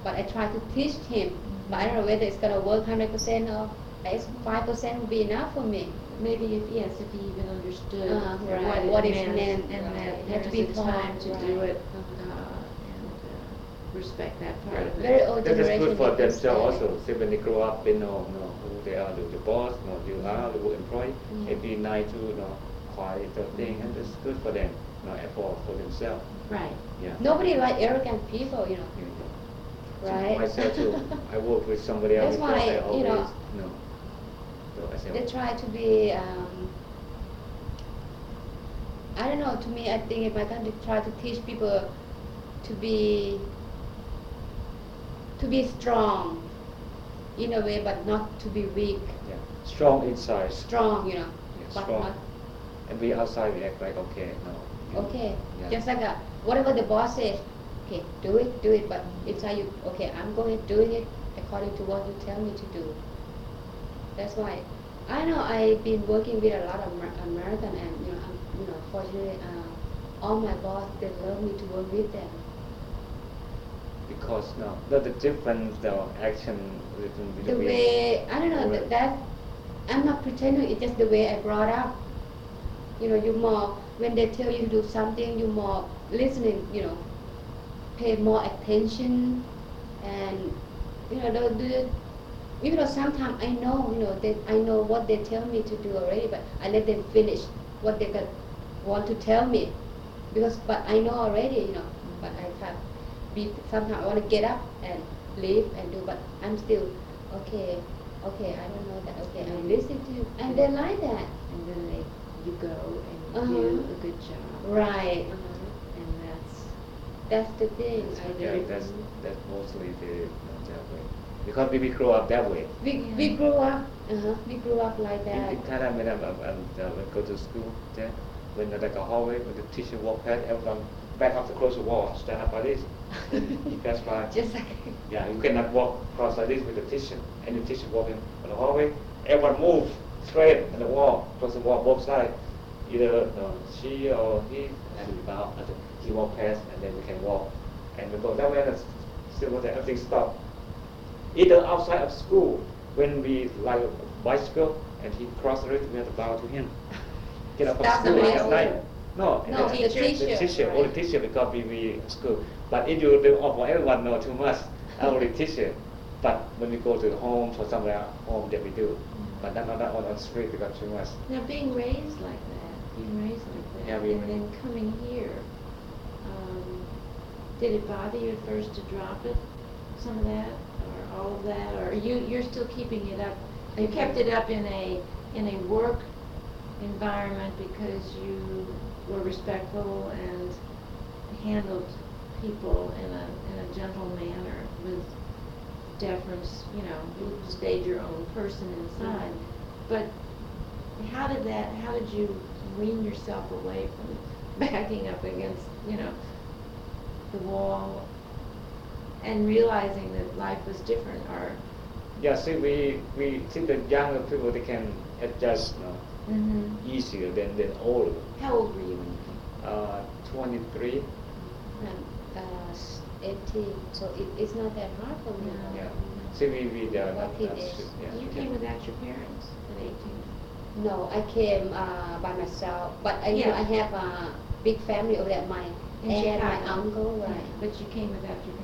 But I try to teach him, Mm-hmm. but I don't know whether it's gonna work hundred percent or it's five percent would be enough for me. Maybe if, yes, if he even understood Uh, right. what Uh-huh. What it is meant and meant, that right. Had there to is be a time taught, to right. do it, Uh-huh. uh, and uh, respect that part of Very it. old That generation. is good they for can themselves stand it. also. See when they grow up, they know, you know who they are, the, the boss, you know, you are the work employee. Mm. Yeah. Every night to you know quiet the thing, and that's good for them. You know, effort for themselves. Right. Yeah. Nobody like arrogant people, you know, Yeah. right? Myself [LAUGHS] too. I work with somebody else. That's why, because I you know, always, know. So I say, They try to be, um, I don't know, to me, I think if I can try to teach people to be, to be strong in a way, but not to be weak, yeah, strong inside. strong, you know, Yeah, but strong. not, And we outside we act like okay, no. okay, Yeah. just like a, whatever the boss says, okay, do it, do it, but inside you, okay, I'm going, doing it according to what you tell me to do. That's why, I know I've been working with a lot of Amer- American and, you know, I'm, you know, fortunately, uh, all my boss, they love me to work with them. Because no, not the difference though action within The way, I don't know, that, that, I'm not pretending, it's just the way I brought up. You know, you more, when they tell you to do something, you more listening, you know, pay more attention and, you know, the, the, even though sometimes I know, you know, that I know what they tell me to do already, but I let them finish what they got, want to tell me. Because, but I know already, you know, but I have, be, sometimes I want to get up and leave and do, but I'm still, okay, okay, I don't know that, okay, I listen to you. And they like that. And then they, you go Uh-huh. and you do a good job. Right. uh-huh. And that's, That's the thing. That's I Yeah, think. that's that's mostly the you know, that way. Because we grow up that way. We, we grew up, uh-huh, we grew up like In, that. in Thailand, when I uh, when go to school, then when uh, like a hallway, when the teacher walk past, everyone back up to close the wall, stand up like this. He passed by. Just like, Yeah, you cannot walk across like this with the teacher, and the teacher walking on the hallway. Everyone move straight on the wall, across the wall, both sides. Either you know, she or he had to bow, and then he walk past, and then we can walk. And we go that way, and still, everything stop. Either outside of school, when we like bicycle and he crossed the road, we had to bow to him. [LAUGHS] Get up That's from school the at night. bicycle. No, and No, then the The teacher, teacher, only right. teacher because we we school. But if you do oh, for everyone know too [LAUGHS] much, I only teacher. But when we go to the home for somewhere home that we do, Mm-hmm. but not not on on street because too much. Now, being raised like that, being raised like Yeah, that, we and were- then coming here, um, did it bother you at first to drop it, some of that, or all of that, or you, you're still keeping it up? You kept it up in a, in a work environment because you were respectful and handled people in a, in a gentle manner with deference, you know, you stayed your own person inside. But how did that, how did you wean yourself away from [LAUGHS] backing up against, you know, the wall and realizing that life was different or? Yeah, see we we see the younger people they can adjust you know, easier than than older. How old were you when you came? Uh, 23. No, uh, s- 18, so it, it's not that hard for me now. Yeah. See we we are not, Lucky not days. su- yeah. You came without your parents at eighteen. No, I came uh, by myself, but I, you know, Yeah. I have a big family over there, my In aunt, my Chicago. Mm-hmm. uncle, right, But you came without your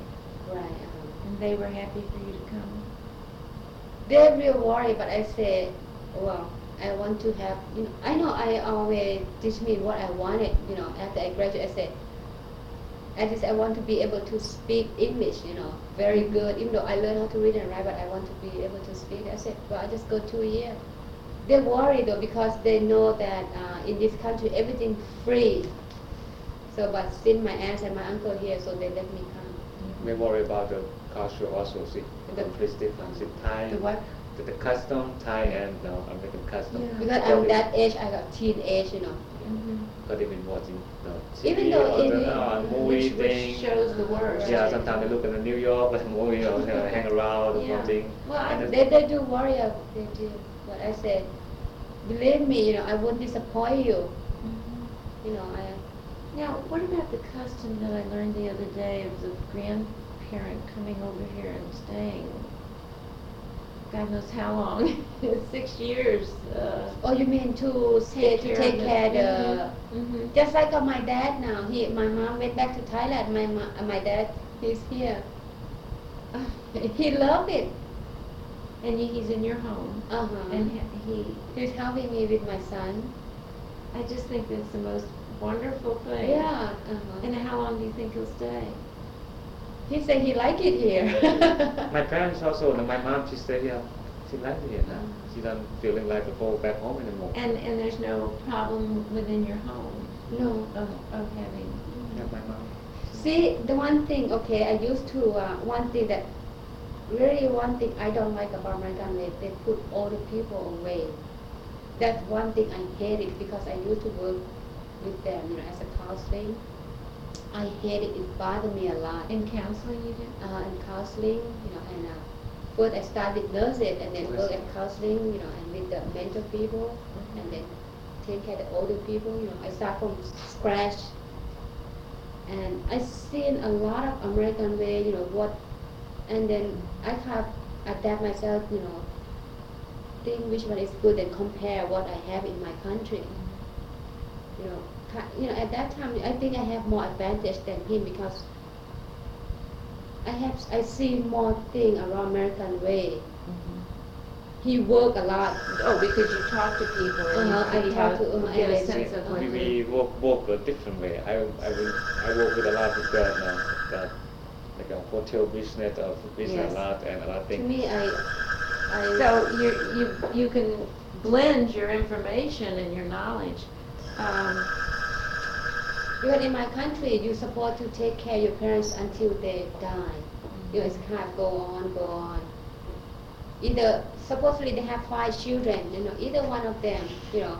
parents right. um, and they were happy for you to come? They're real worried, but I say, well, I want to have, you know, I know I always teach me what I wanted, you know, after I graduate, I said, at least I want to be able to speak English, you know, very good, even though I learned how to read and write, but I want to be able to speak. I said, well, I just go two years. They worry though because they know that uh, in this country everything free. So, but since my aunts and my uncle here, so they let me come. We worry about the culture also, see, the The- complete difference, see, Thai, The what? the, the custom, Thai and uh, American custom. Yeah. Because I'm that age, I got teenage, you know. Because they've been watching the Even TV though or in- the uh, movie Which, which thing. shows the worst. Yeah, sometimes they look at the New York, but movie or you know, hang around or Yeah. something. Well, I- And They, then- they do worry of they do. But I said, believe me, you know, I won't disappoint you. You know, I Now, what about the custom that I learned the other day of the grandparent coming over here and staying? God knows how long, [LAUGHS] six years. Uh, oh you mean to say to take care the hmm just like uh, my dad now. He my mom went back to Thailand. My mo- uh, my dad he's here. [LAUGHS] he loved it. And he- he's in your home, Uh huh. and he- he. he's helping me with my son. I just think that's the most wonderful thing. Yeah. Uh-huh. And how long do you think he'll stay? He said he like it here. [LAUGHS] My parents also, and my mom, she stayed here, she liked it here now. She don't feeling like to go back home anymore. And and there's no problem within your home no. of of having. Yeah, my mom. See, the one thing, okay, I used to, uh, one thing that, really one thing I don't like about my family, they put all the people away. That's one thing I hate it because I used to work with them, you know, as a counseling. I hate it, it bothered me a lot. In counseling, you do. Uh, in counseling, you know, and, uh, first I started with nurses and then work at counseling, you know, and with the mental people, and then take care of the older people, you know, I start from scratch. And I seen a lot of American way, you know, what, and then I have adapt myself, you know, think which one is good and compare what I have in my country. You know, ki- you know, at that time, I think I have more advantage than him because I have, I see more thing around American way. He work a lot, Oh, because you talk to people and Uh-huh, you I see talk how- to, um, get a I- sense of what we, they- we work, work a different way. I, I, will, I work with a lot of girls now, that, like a hotel business or food business Yes. a lot and a lot to of things. me, I, I. So you you you can blend your information and your knowledge. Um, Because in my country, you supposed to take care of your parents until they die. You know, it's kind of go on, go on. Either supposedly they have five children, you know, either one of them, you know,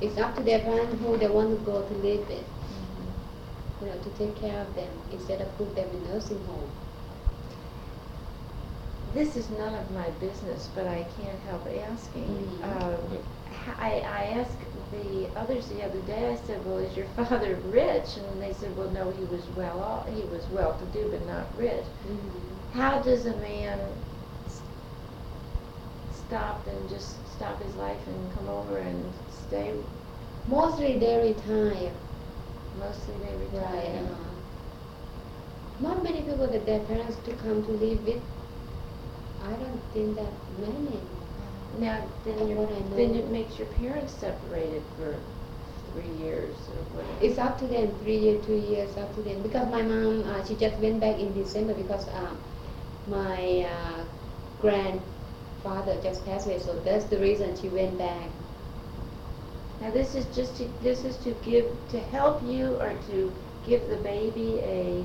it's up to their parents who they want to go to live with. You know, to take care of them instead of put them in nursing home. this is none of my business, but I can't help asking. Mhm. Um, h- I I asked the others the other day. I said, "Well, is your [LAUGHS] father rich?" And they said, "Well, no, he Mm-hmm. was well off. He was well to do, but not rich." How does a man stop and just stop his life and come over and stay? Mostly they retire. Mostly they Right. uh-huh. retire. uh, Not many people that their parents to come to live with. I don't think that many. Now, then From your what I know. then it makes your parents separated for three years or whatever. It's up to them, three years, two years, up to them. Because my mom, uh, she just went back in December because uh, my uh, grandfather just passed away. So that's the reason she went back. Now, this is just to, this is to give, to help you or to give the baby a,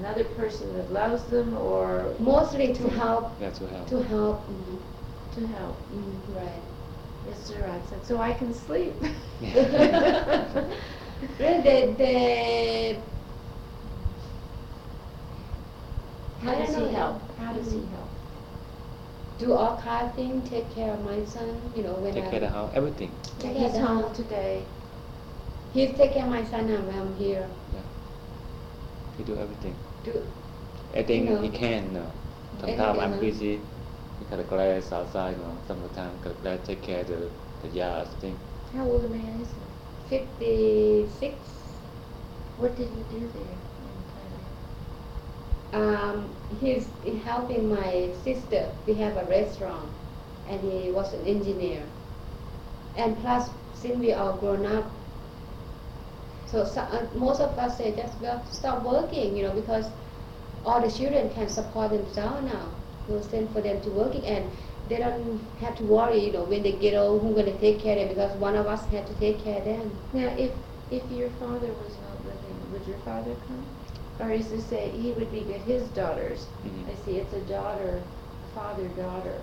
another person that loves them or Mostly to help, That's what happened. to help. Mm, to help. mm, right. Mr. Rock said, so I can sleep. [LAUGHS] Well, they, they, How I does don't he know. help? How does he help? do all kind of thing, take care of my son, you know, when Take I. care of the house, everything. Take care of He's the home house. today. He's take care of my son now when I'm here. He do everything. Do, I think No. he can now. I Sometimes think, I'm uh, busy. He got a glass outside. You know, sometimes got glass take care of the, the yard thing. How old a man is he? fifty-six, What did he do there? um, he's helping my sister, we have a restaurant, and he was an engineer. And plus, since we are grown up, so, so uh, most of us say just well, stop working, you know, because all the children can support themselves now. We'll send for them to working and they don't have to worry, you know, when they get old, who's gonna take care of them because one of us had to take care of them. Now, if, if your father was not living, would your father come? Or is this a, he would be good, his daughters? Mhm. I see, it's a daughter, father, daughter,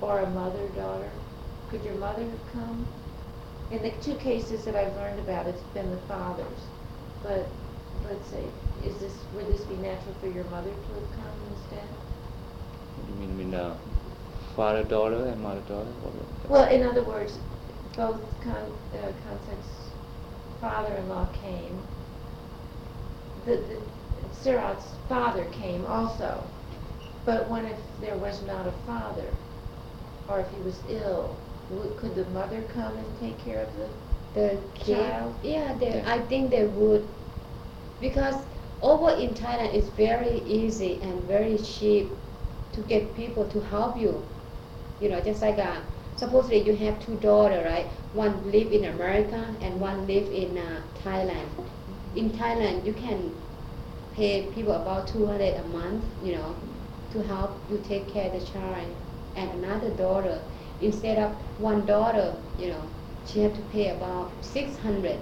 or a mother, daughter. Could your mother have come? In the two cases that I've learned about, it's been the fathers. But let's say, is this, would this be natural for your mother to have come instead? You mean mean uh, father daughter and mother daughter? What was that? Well, in other words, both con- uh, concepts, father-in-law came. The, the Sirat's father came also, but what if there was not a father, or if he was ill? Would, could the mother come and take care of the? the kid. Child? Yeah, they, Yeah. I think they would, because over in Thailand it's very easy and very cheap to get people to help you. You know, just like uh, supposedly you have two daughter, right? One live in America and one live in uh, Thailand. In Thailand, you can pay people about two hundred a month. You know, to help you take care of the child and another daughter instead of one daughter. You know, she have to pay about six hundred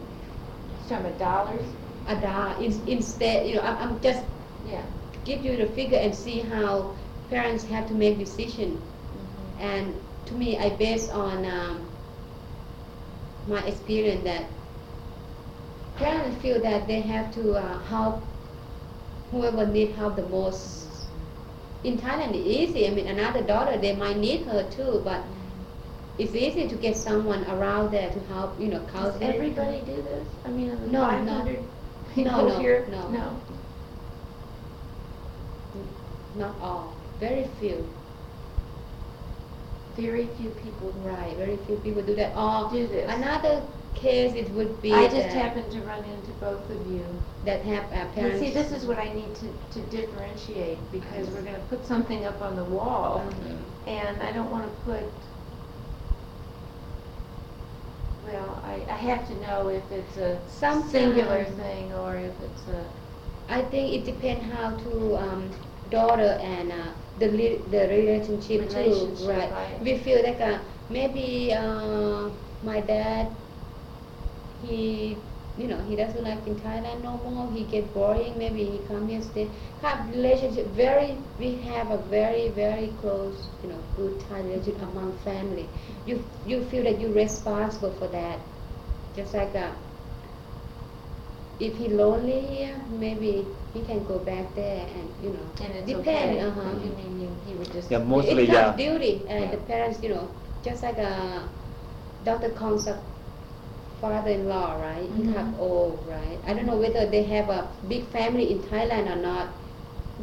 She's talking about dollars. a dollar in- instead. You know, I'm, I'm just Yeah. give you the figure and see how parents have to make decision. Mhm. And to me, I base on um, my experience that parents feel that they have to uh, help whoever need help the most. In Thailand, it's easy. I mean, another daughter, they might need her too, but it's easy to get someone around there to help, you know, Does counsel. everybody do this? I mean, of the No, five not- hundred no, people no, here? no. No. Not all. Very few. Very few people Right. Very few people do that. Or do this. another case, it would be I that, just happened to run into both of you. that have uh, Now, parents. see, this is what I need to, to differentiate, because we're gonna put something up on the Oh. wall, Yeah. and I don't wanna put, well, I, I have to know if it's a Sometimes- singular thing, or if it's a, I think it depends how to um, daughter and uh, the li- the relationship, Relationship, too, right? right. We feel like uh, maybe uh, my dad, he, you know, he doesn't like in Thailand no more. He get boring. Maybe he come here stay. Have relationship very. We have a very very close, you know, good Thai relationship among family. You you feel that you're responsible for that, just like uh, if he lonely here, maybe he can go back there and you know. and it's okay. depend. Mm-hmm. Uh-huh. You mean, you- he would just. Yeah, mostly it's yeah. not duty, and Yeah. the parents, you know, just like uh, Dr. Kong's uh, father-in-law, right? He Mhm. have old, right? I don't know whether they have a big family in Thailand or not.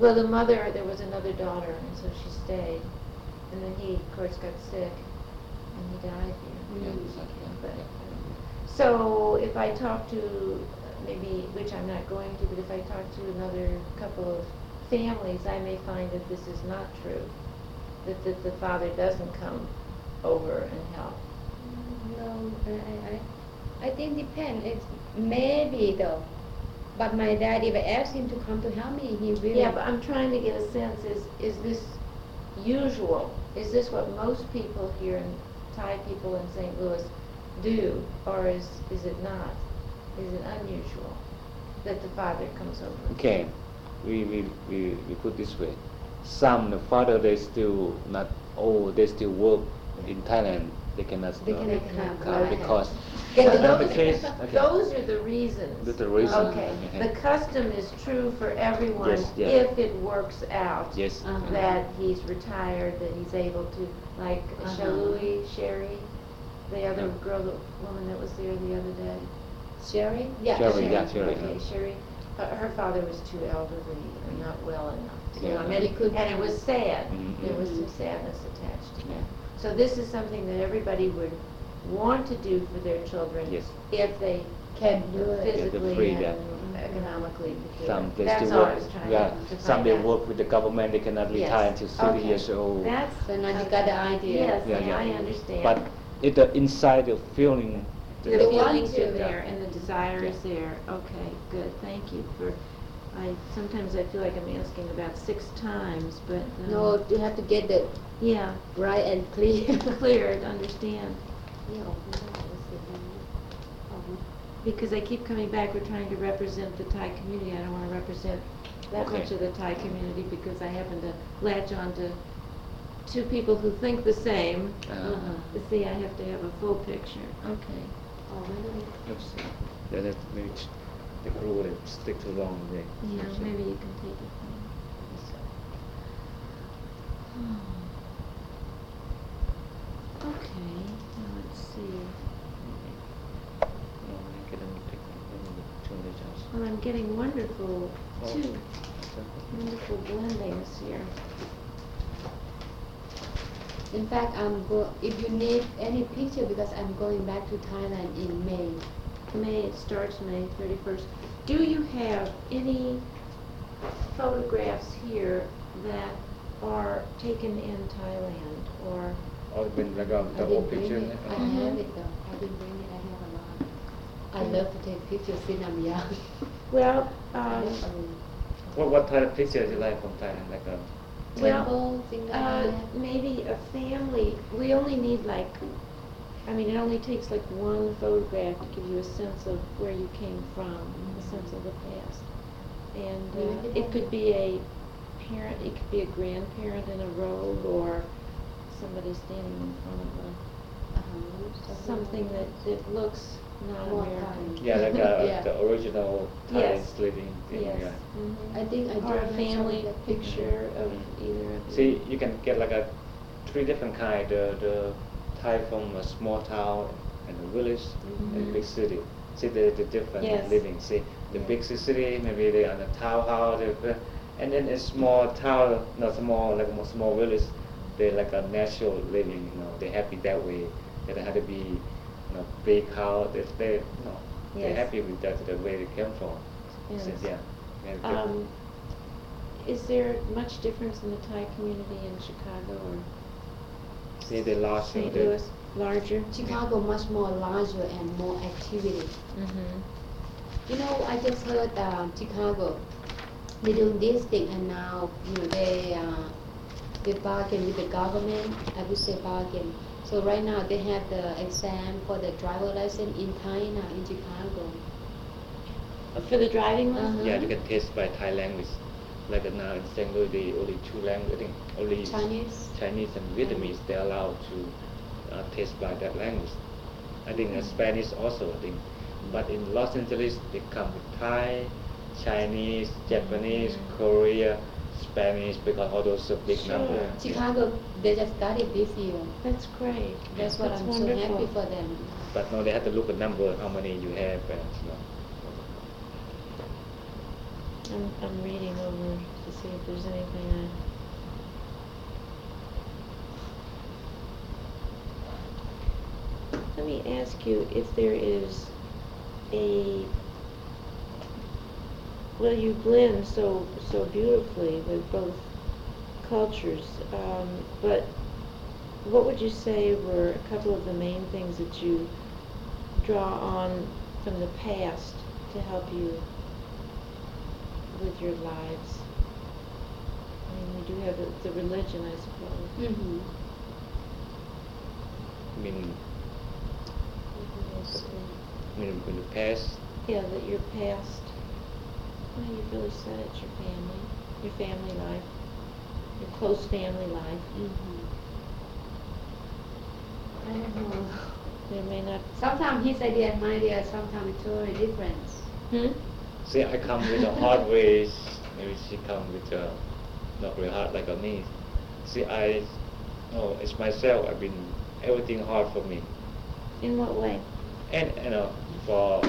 Well, the mother, there was another daughter, and so she stayed, and then he, of course, got sick, and he died here. Yeah, exactly. But, Yeah. um, So if I talk to, uh, maybe, which I'm not going to, but if I talk to another couple of families, I may find that this is not true, that, that the father doesn't come over and help. No, I, I, I think depend. It's maybe though. But my dad, if I ask him to come to help me, he will. Yeah, but I'm trying to get a sense, is, is this usual? Is this what most people here in, Thai people in St. Louis do, or is, is it not? Is it unusual that the father comes over? Okay, we, we, we, we put this way. Some the father they still not old, they still work in Thailand. They cannot They uh, cannot come, come right. because Okay, Is that those- the case? Okay. Those are the reasons. That's the reason. Okay, Okay. the custom is true for everyone Yes, yeah. if it works out. yes, Uh-huh. That he's retired, that he's able to, like Uh-huh. Shalui, Sherry, the other Yeah. girl, the woman that was there the other day. Sherry? Yeah. Sherry, yeah, Sherry, Okay, yeah. Sherry, uh, her father was too elderly and not well enough. You know, Yeah. I mean, He couldn't- And it was sad, Mhm. there was some Mhm. sadness attached to Yeah. that. So this is something that everybody would want to do for their children. Yes. If they Can do it. they're physically free, and yeah. economically. could do some it. they That's still all I work. was trying to Yeah, find some they out. work with the government. They cannot Yes. retire until 60 Okay. years old. That's. So now you okay. got the idea. Yes, Yeah, now I yeah. understand. But it, the inside the feeling. The the- feelings yeah. are there and the desire is there. Okay, good, thank you for, I, sometimes I feel like I'm asking about six times, but, um, No, you have to get that Yeah, right and clear. [LAUGHS] clear to understand, Yeah, open it, let's see. Um, because I keep coming back, we're trying to represent the Thai community. I don't wanna represent that Okay. much of the Thai community because I happen to latch on to two people who think the same. Uh-huh. You See, I have to have a full picture. Okay. oh, why don't you- Oops. Yeah, that maybe t- the crew will stick too long. They, Yeah, so- maybe you can take it from this side. Okay, now let's see. No, I couldn't take it. Too many jobs. Well, I'm getting wonderful, Oh. two wonderful blendings here. In fact, I'm go, if you need any picture, because I'm going back to Thailand in May. May, it starts May thirty-first. Do you have any photographs here that are taken in Thailand or? Or when like um, I the didn't whole bring picture. it. I Mm-hmm. uh, have it though, I didn't bring it, I have a lot. I love to take pictures since I'm Uh, young. Well, [LAUGHS] I um, love, um, What, what type of picture you like from Thailand? Like a Well, temple, thing like Uh, that. maybe a family, we only need like, I mean, it only takes like one photograph to give you a sense of where you came from, a sense of the past. And Yeah, uh, we it did could that. be a parent, it could be a grandparent in a robe or somebody standing in front of Uh-huh. a, something that, that looks not More American. Thai. yeah, like [LAUGHS] uh, Yeah. the original Thai Yes. living thing. Yes. Yeah. Mm. mhm. I think I do Or a have some of family that picture of either of you. See, you can get like a three different kind. The the Thai from a small town and a village and big city. See the the different Mm-hmm. Yes. living. See the Yeah. big city, maybe they on a townhouse, they- and then a small town, not small like a small village. They like a natural living. You know, they happy that way. They don't have to be, you know, big house. They they you know, Yes. they're happy with that the way they came from. Yes. So, yeah. very different. Um, is there much difference in the Thai community in Chicago or See the last thing St. they- Louis, larger? Chicago much more larger and more activity. Mm-hmm. You know, I just heard um, Chicago, they doing this thing and now, you know, they, uh, they bargain with the government, I would say bargain. So right now they have the exam for the driver license in China, in Chicago. For the driving Uh-huh. lesson? Yeah, you can test by Thai language. Like now in St. Louis, they only two language, I think only Chinese? Chinese and Vietnamese, they're allowed to uh, test by that language. I think uh, Spanish also, I think. But in Los Angeles, they come with Thai, Chinese, Japanese, Korea, Spanish, because all those are big Sure. number. Chicago, they just got it this year. That's great. That's what That's I'm so wonderful. happy for them. But now they have to look at number, how many you have, and you know. I'm, I'm reading over to see if there's anything me ask you if there is a, well, you blend so, so beautifully with both cultures, um, but what would you say were a couple of the main things that you draw on from the past to help you with your lives? I mean, we do have the, the religion, I suppose. Mm-hmm. I mean, I mean, in the past, Yeah, that your past, well, you've really said it, your family, your family life, your close family life. mm-hmm. I don't know. There may not, Sometimes his idea and my idea, sometimes it's totally different. hmm? see, I come with the hard ways, maybe she come with the not very hard like a me. See, I, no, it's myself, I've been, everything hard for me. In what way? And, you know, for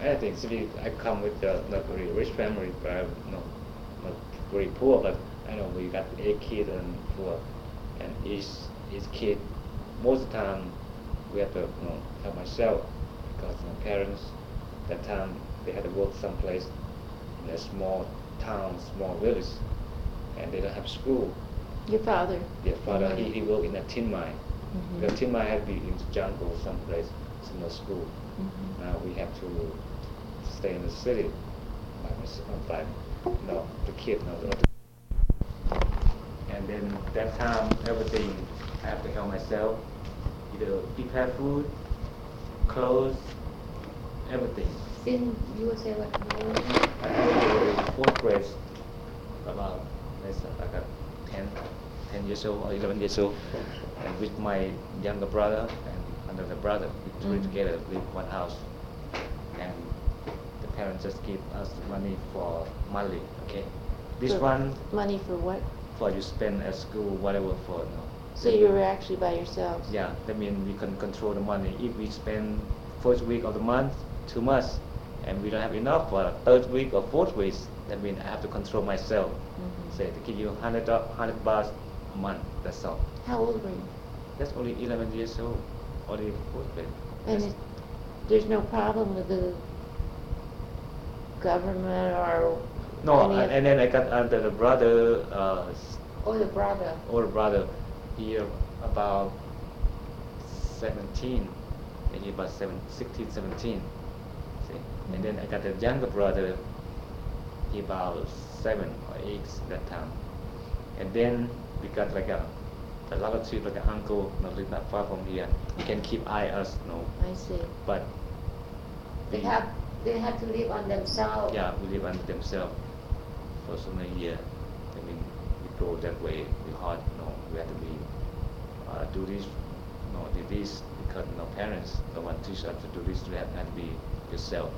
anything, see, I come with the not very rich family, but I'm not, not very poor, but I know we got eight kids and poor. And each, each kid, most of the time, we have to, you know, help myself, because my parents, that time, they had to work someplace in a small town, small village, and they don't have school. Your father. Their father, he, he worked in a tin mine. Mm-hmm. The tin mine had been in the jungle someplace, it's no school. Mm-hmm. Now we have to stay in the city by myself, by, no, the kid, no, the And then that time, everything, I have to help myself, either prepare food, clothes, everything. Since you will say what? I think in fourth grade, about, let's say like a 10, 10 years old or 11 years old, and with my younger brother and another brother, we three Mhm. together live one house. And the parents just give us money for monthly, okay? This For- one Money for what? for you spend at school, whatever for, no. So you were actually by yourselves? Yeah, that means we can control the money. If we spend first week of the month too much, and we don't have enough for third week or fourth week, that means I have to control myself. Mhm. Say to give you hundred do- hundred bucks a month. That's all. How old were you? That's only eleven years old, only fourth grade. And That's- it- there's no problem with the government or no, any and, of- Oh, and then I got under the brother, uh, s- Or the brother. older brother, he uh, about seventeen, and he about seven, 16, 17. See, and then I got a younger brother, he about seven or eight that time. And then we got like a, a lot of treat like an uncle, not live not far from here. He can keep eye us, no, I see. but They we- have, they have to live on themselves. yeah, we live under themselves for so many years. I mean, we grow that way. We hard, you know, we have to be uh, do this, you know, do this because you know, parents don't want to teach us to do this. You have, have to be yourself.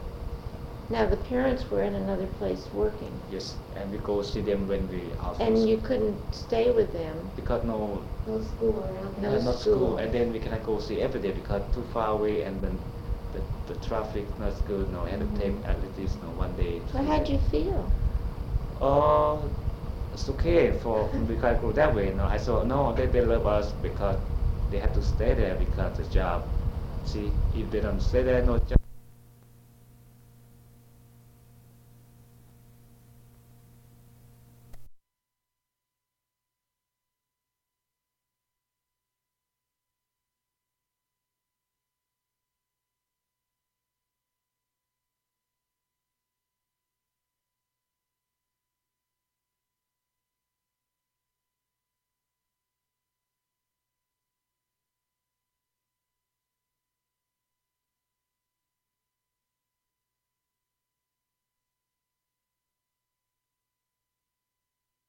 Now, the parents were in another place working, Yes, and we go see them when we are from and school. you couldn't stay with them. because no, No school around. No uh, not school. school, and then we cannot go see every day because too far away, and then the, the traffic not good. No, and Mhm. the take at least you know, one day. So two how'd day. you feel? Oh, it's okay for because go that way. No, I saw no, they, they love us because they have to stay there because the job. See, if they don't stay there, no job.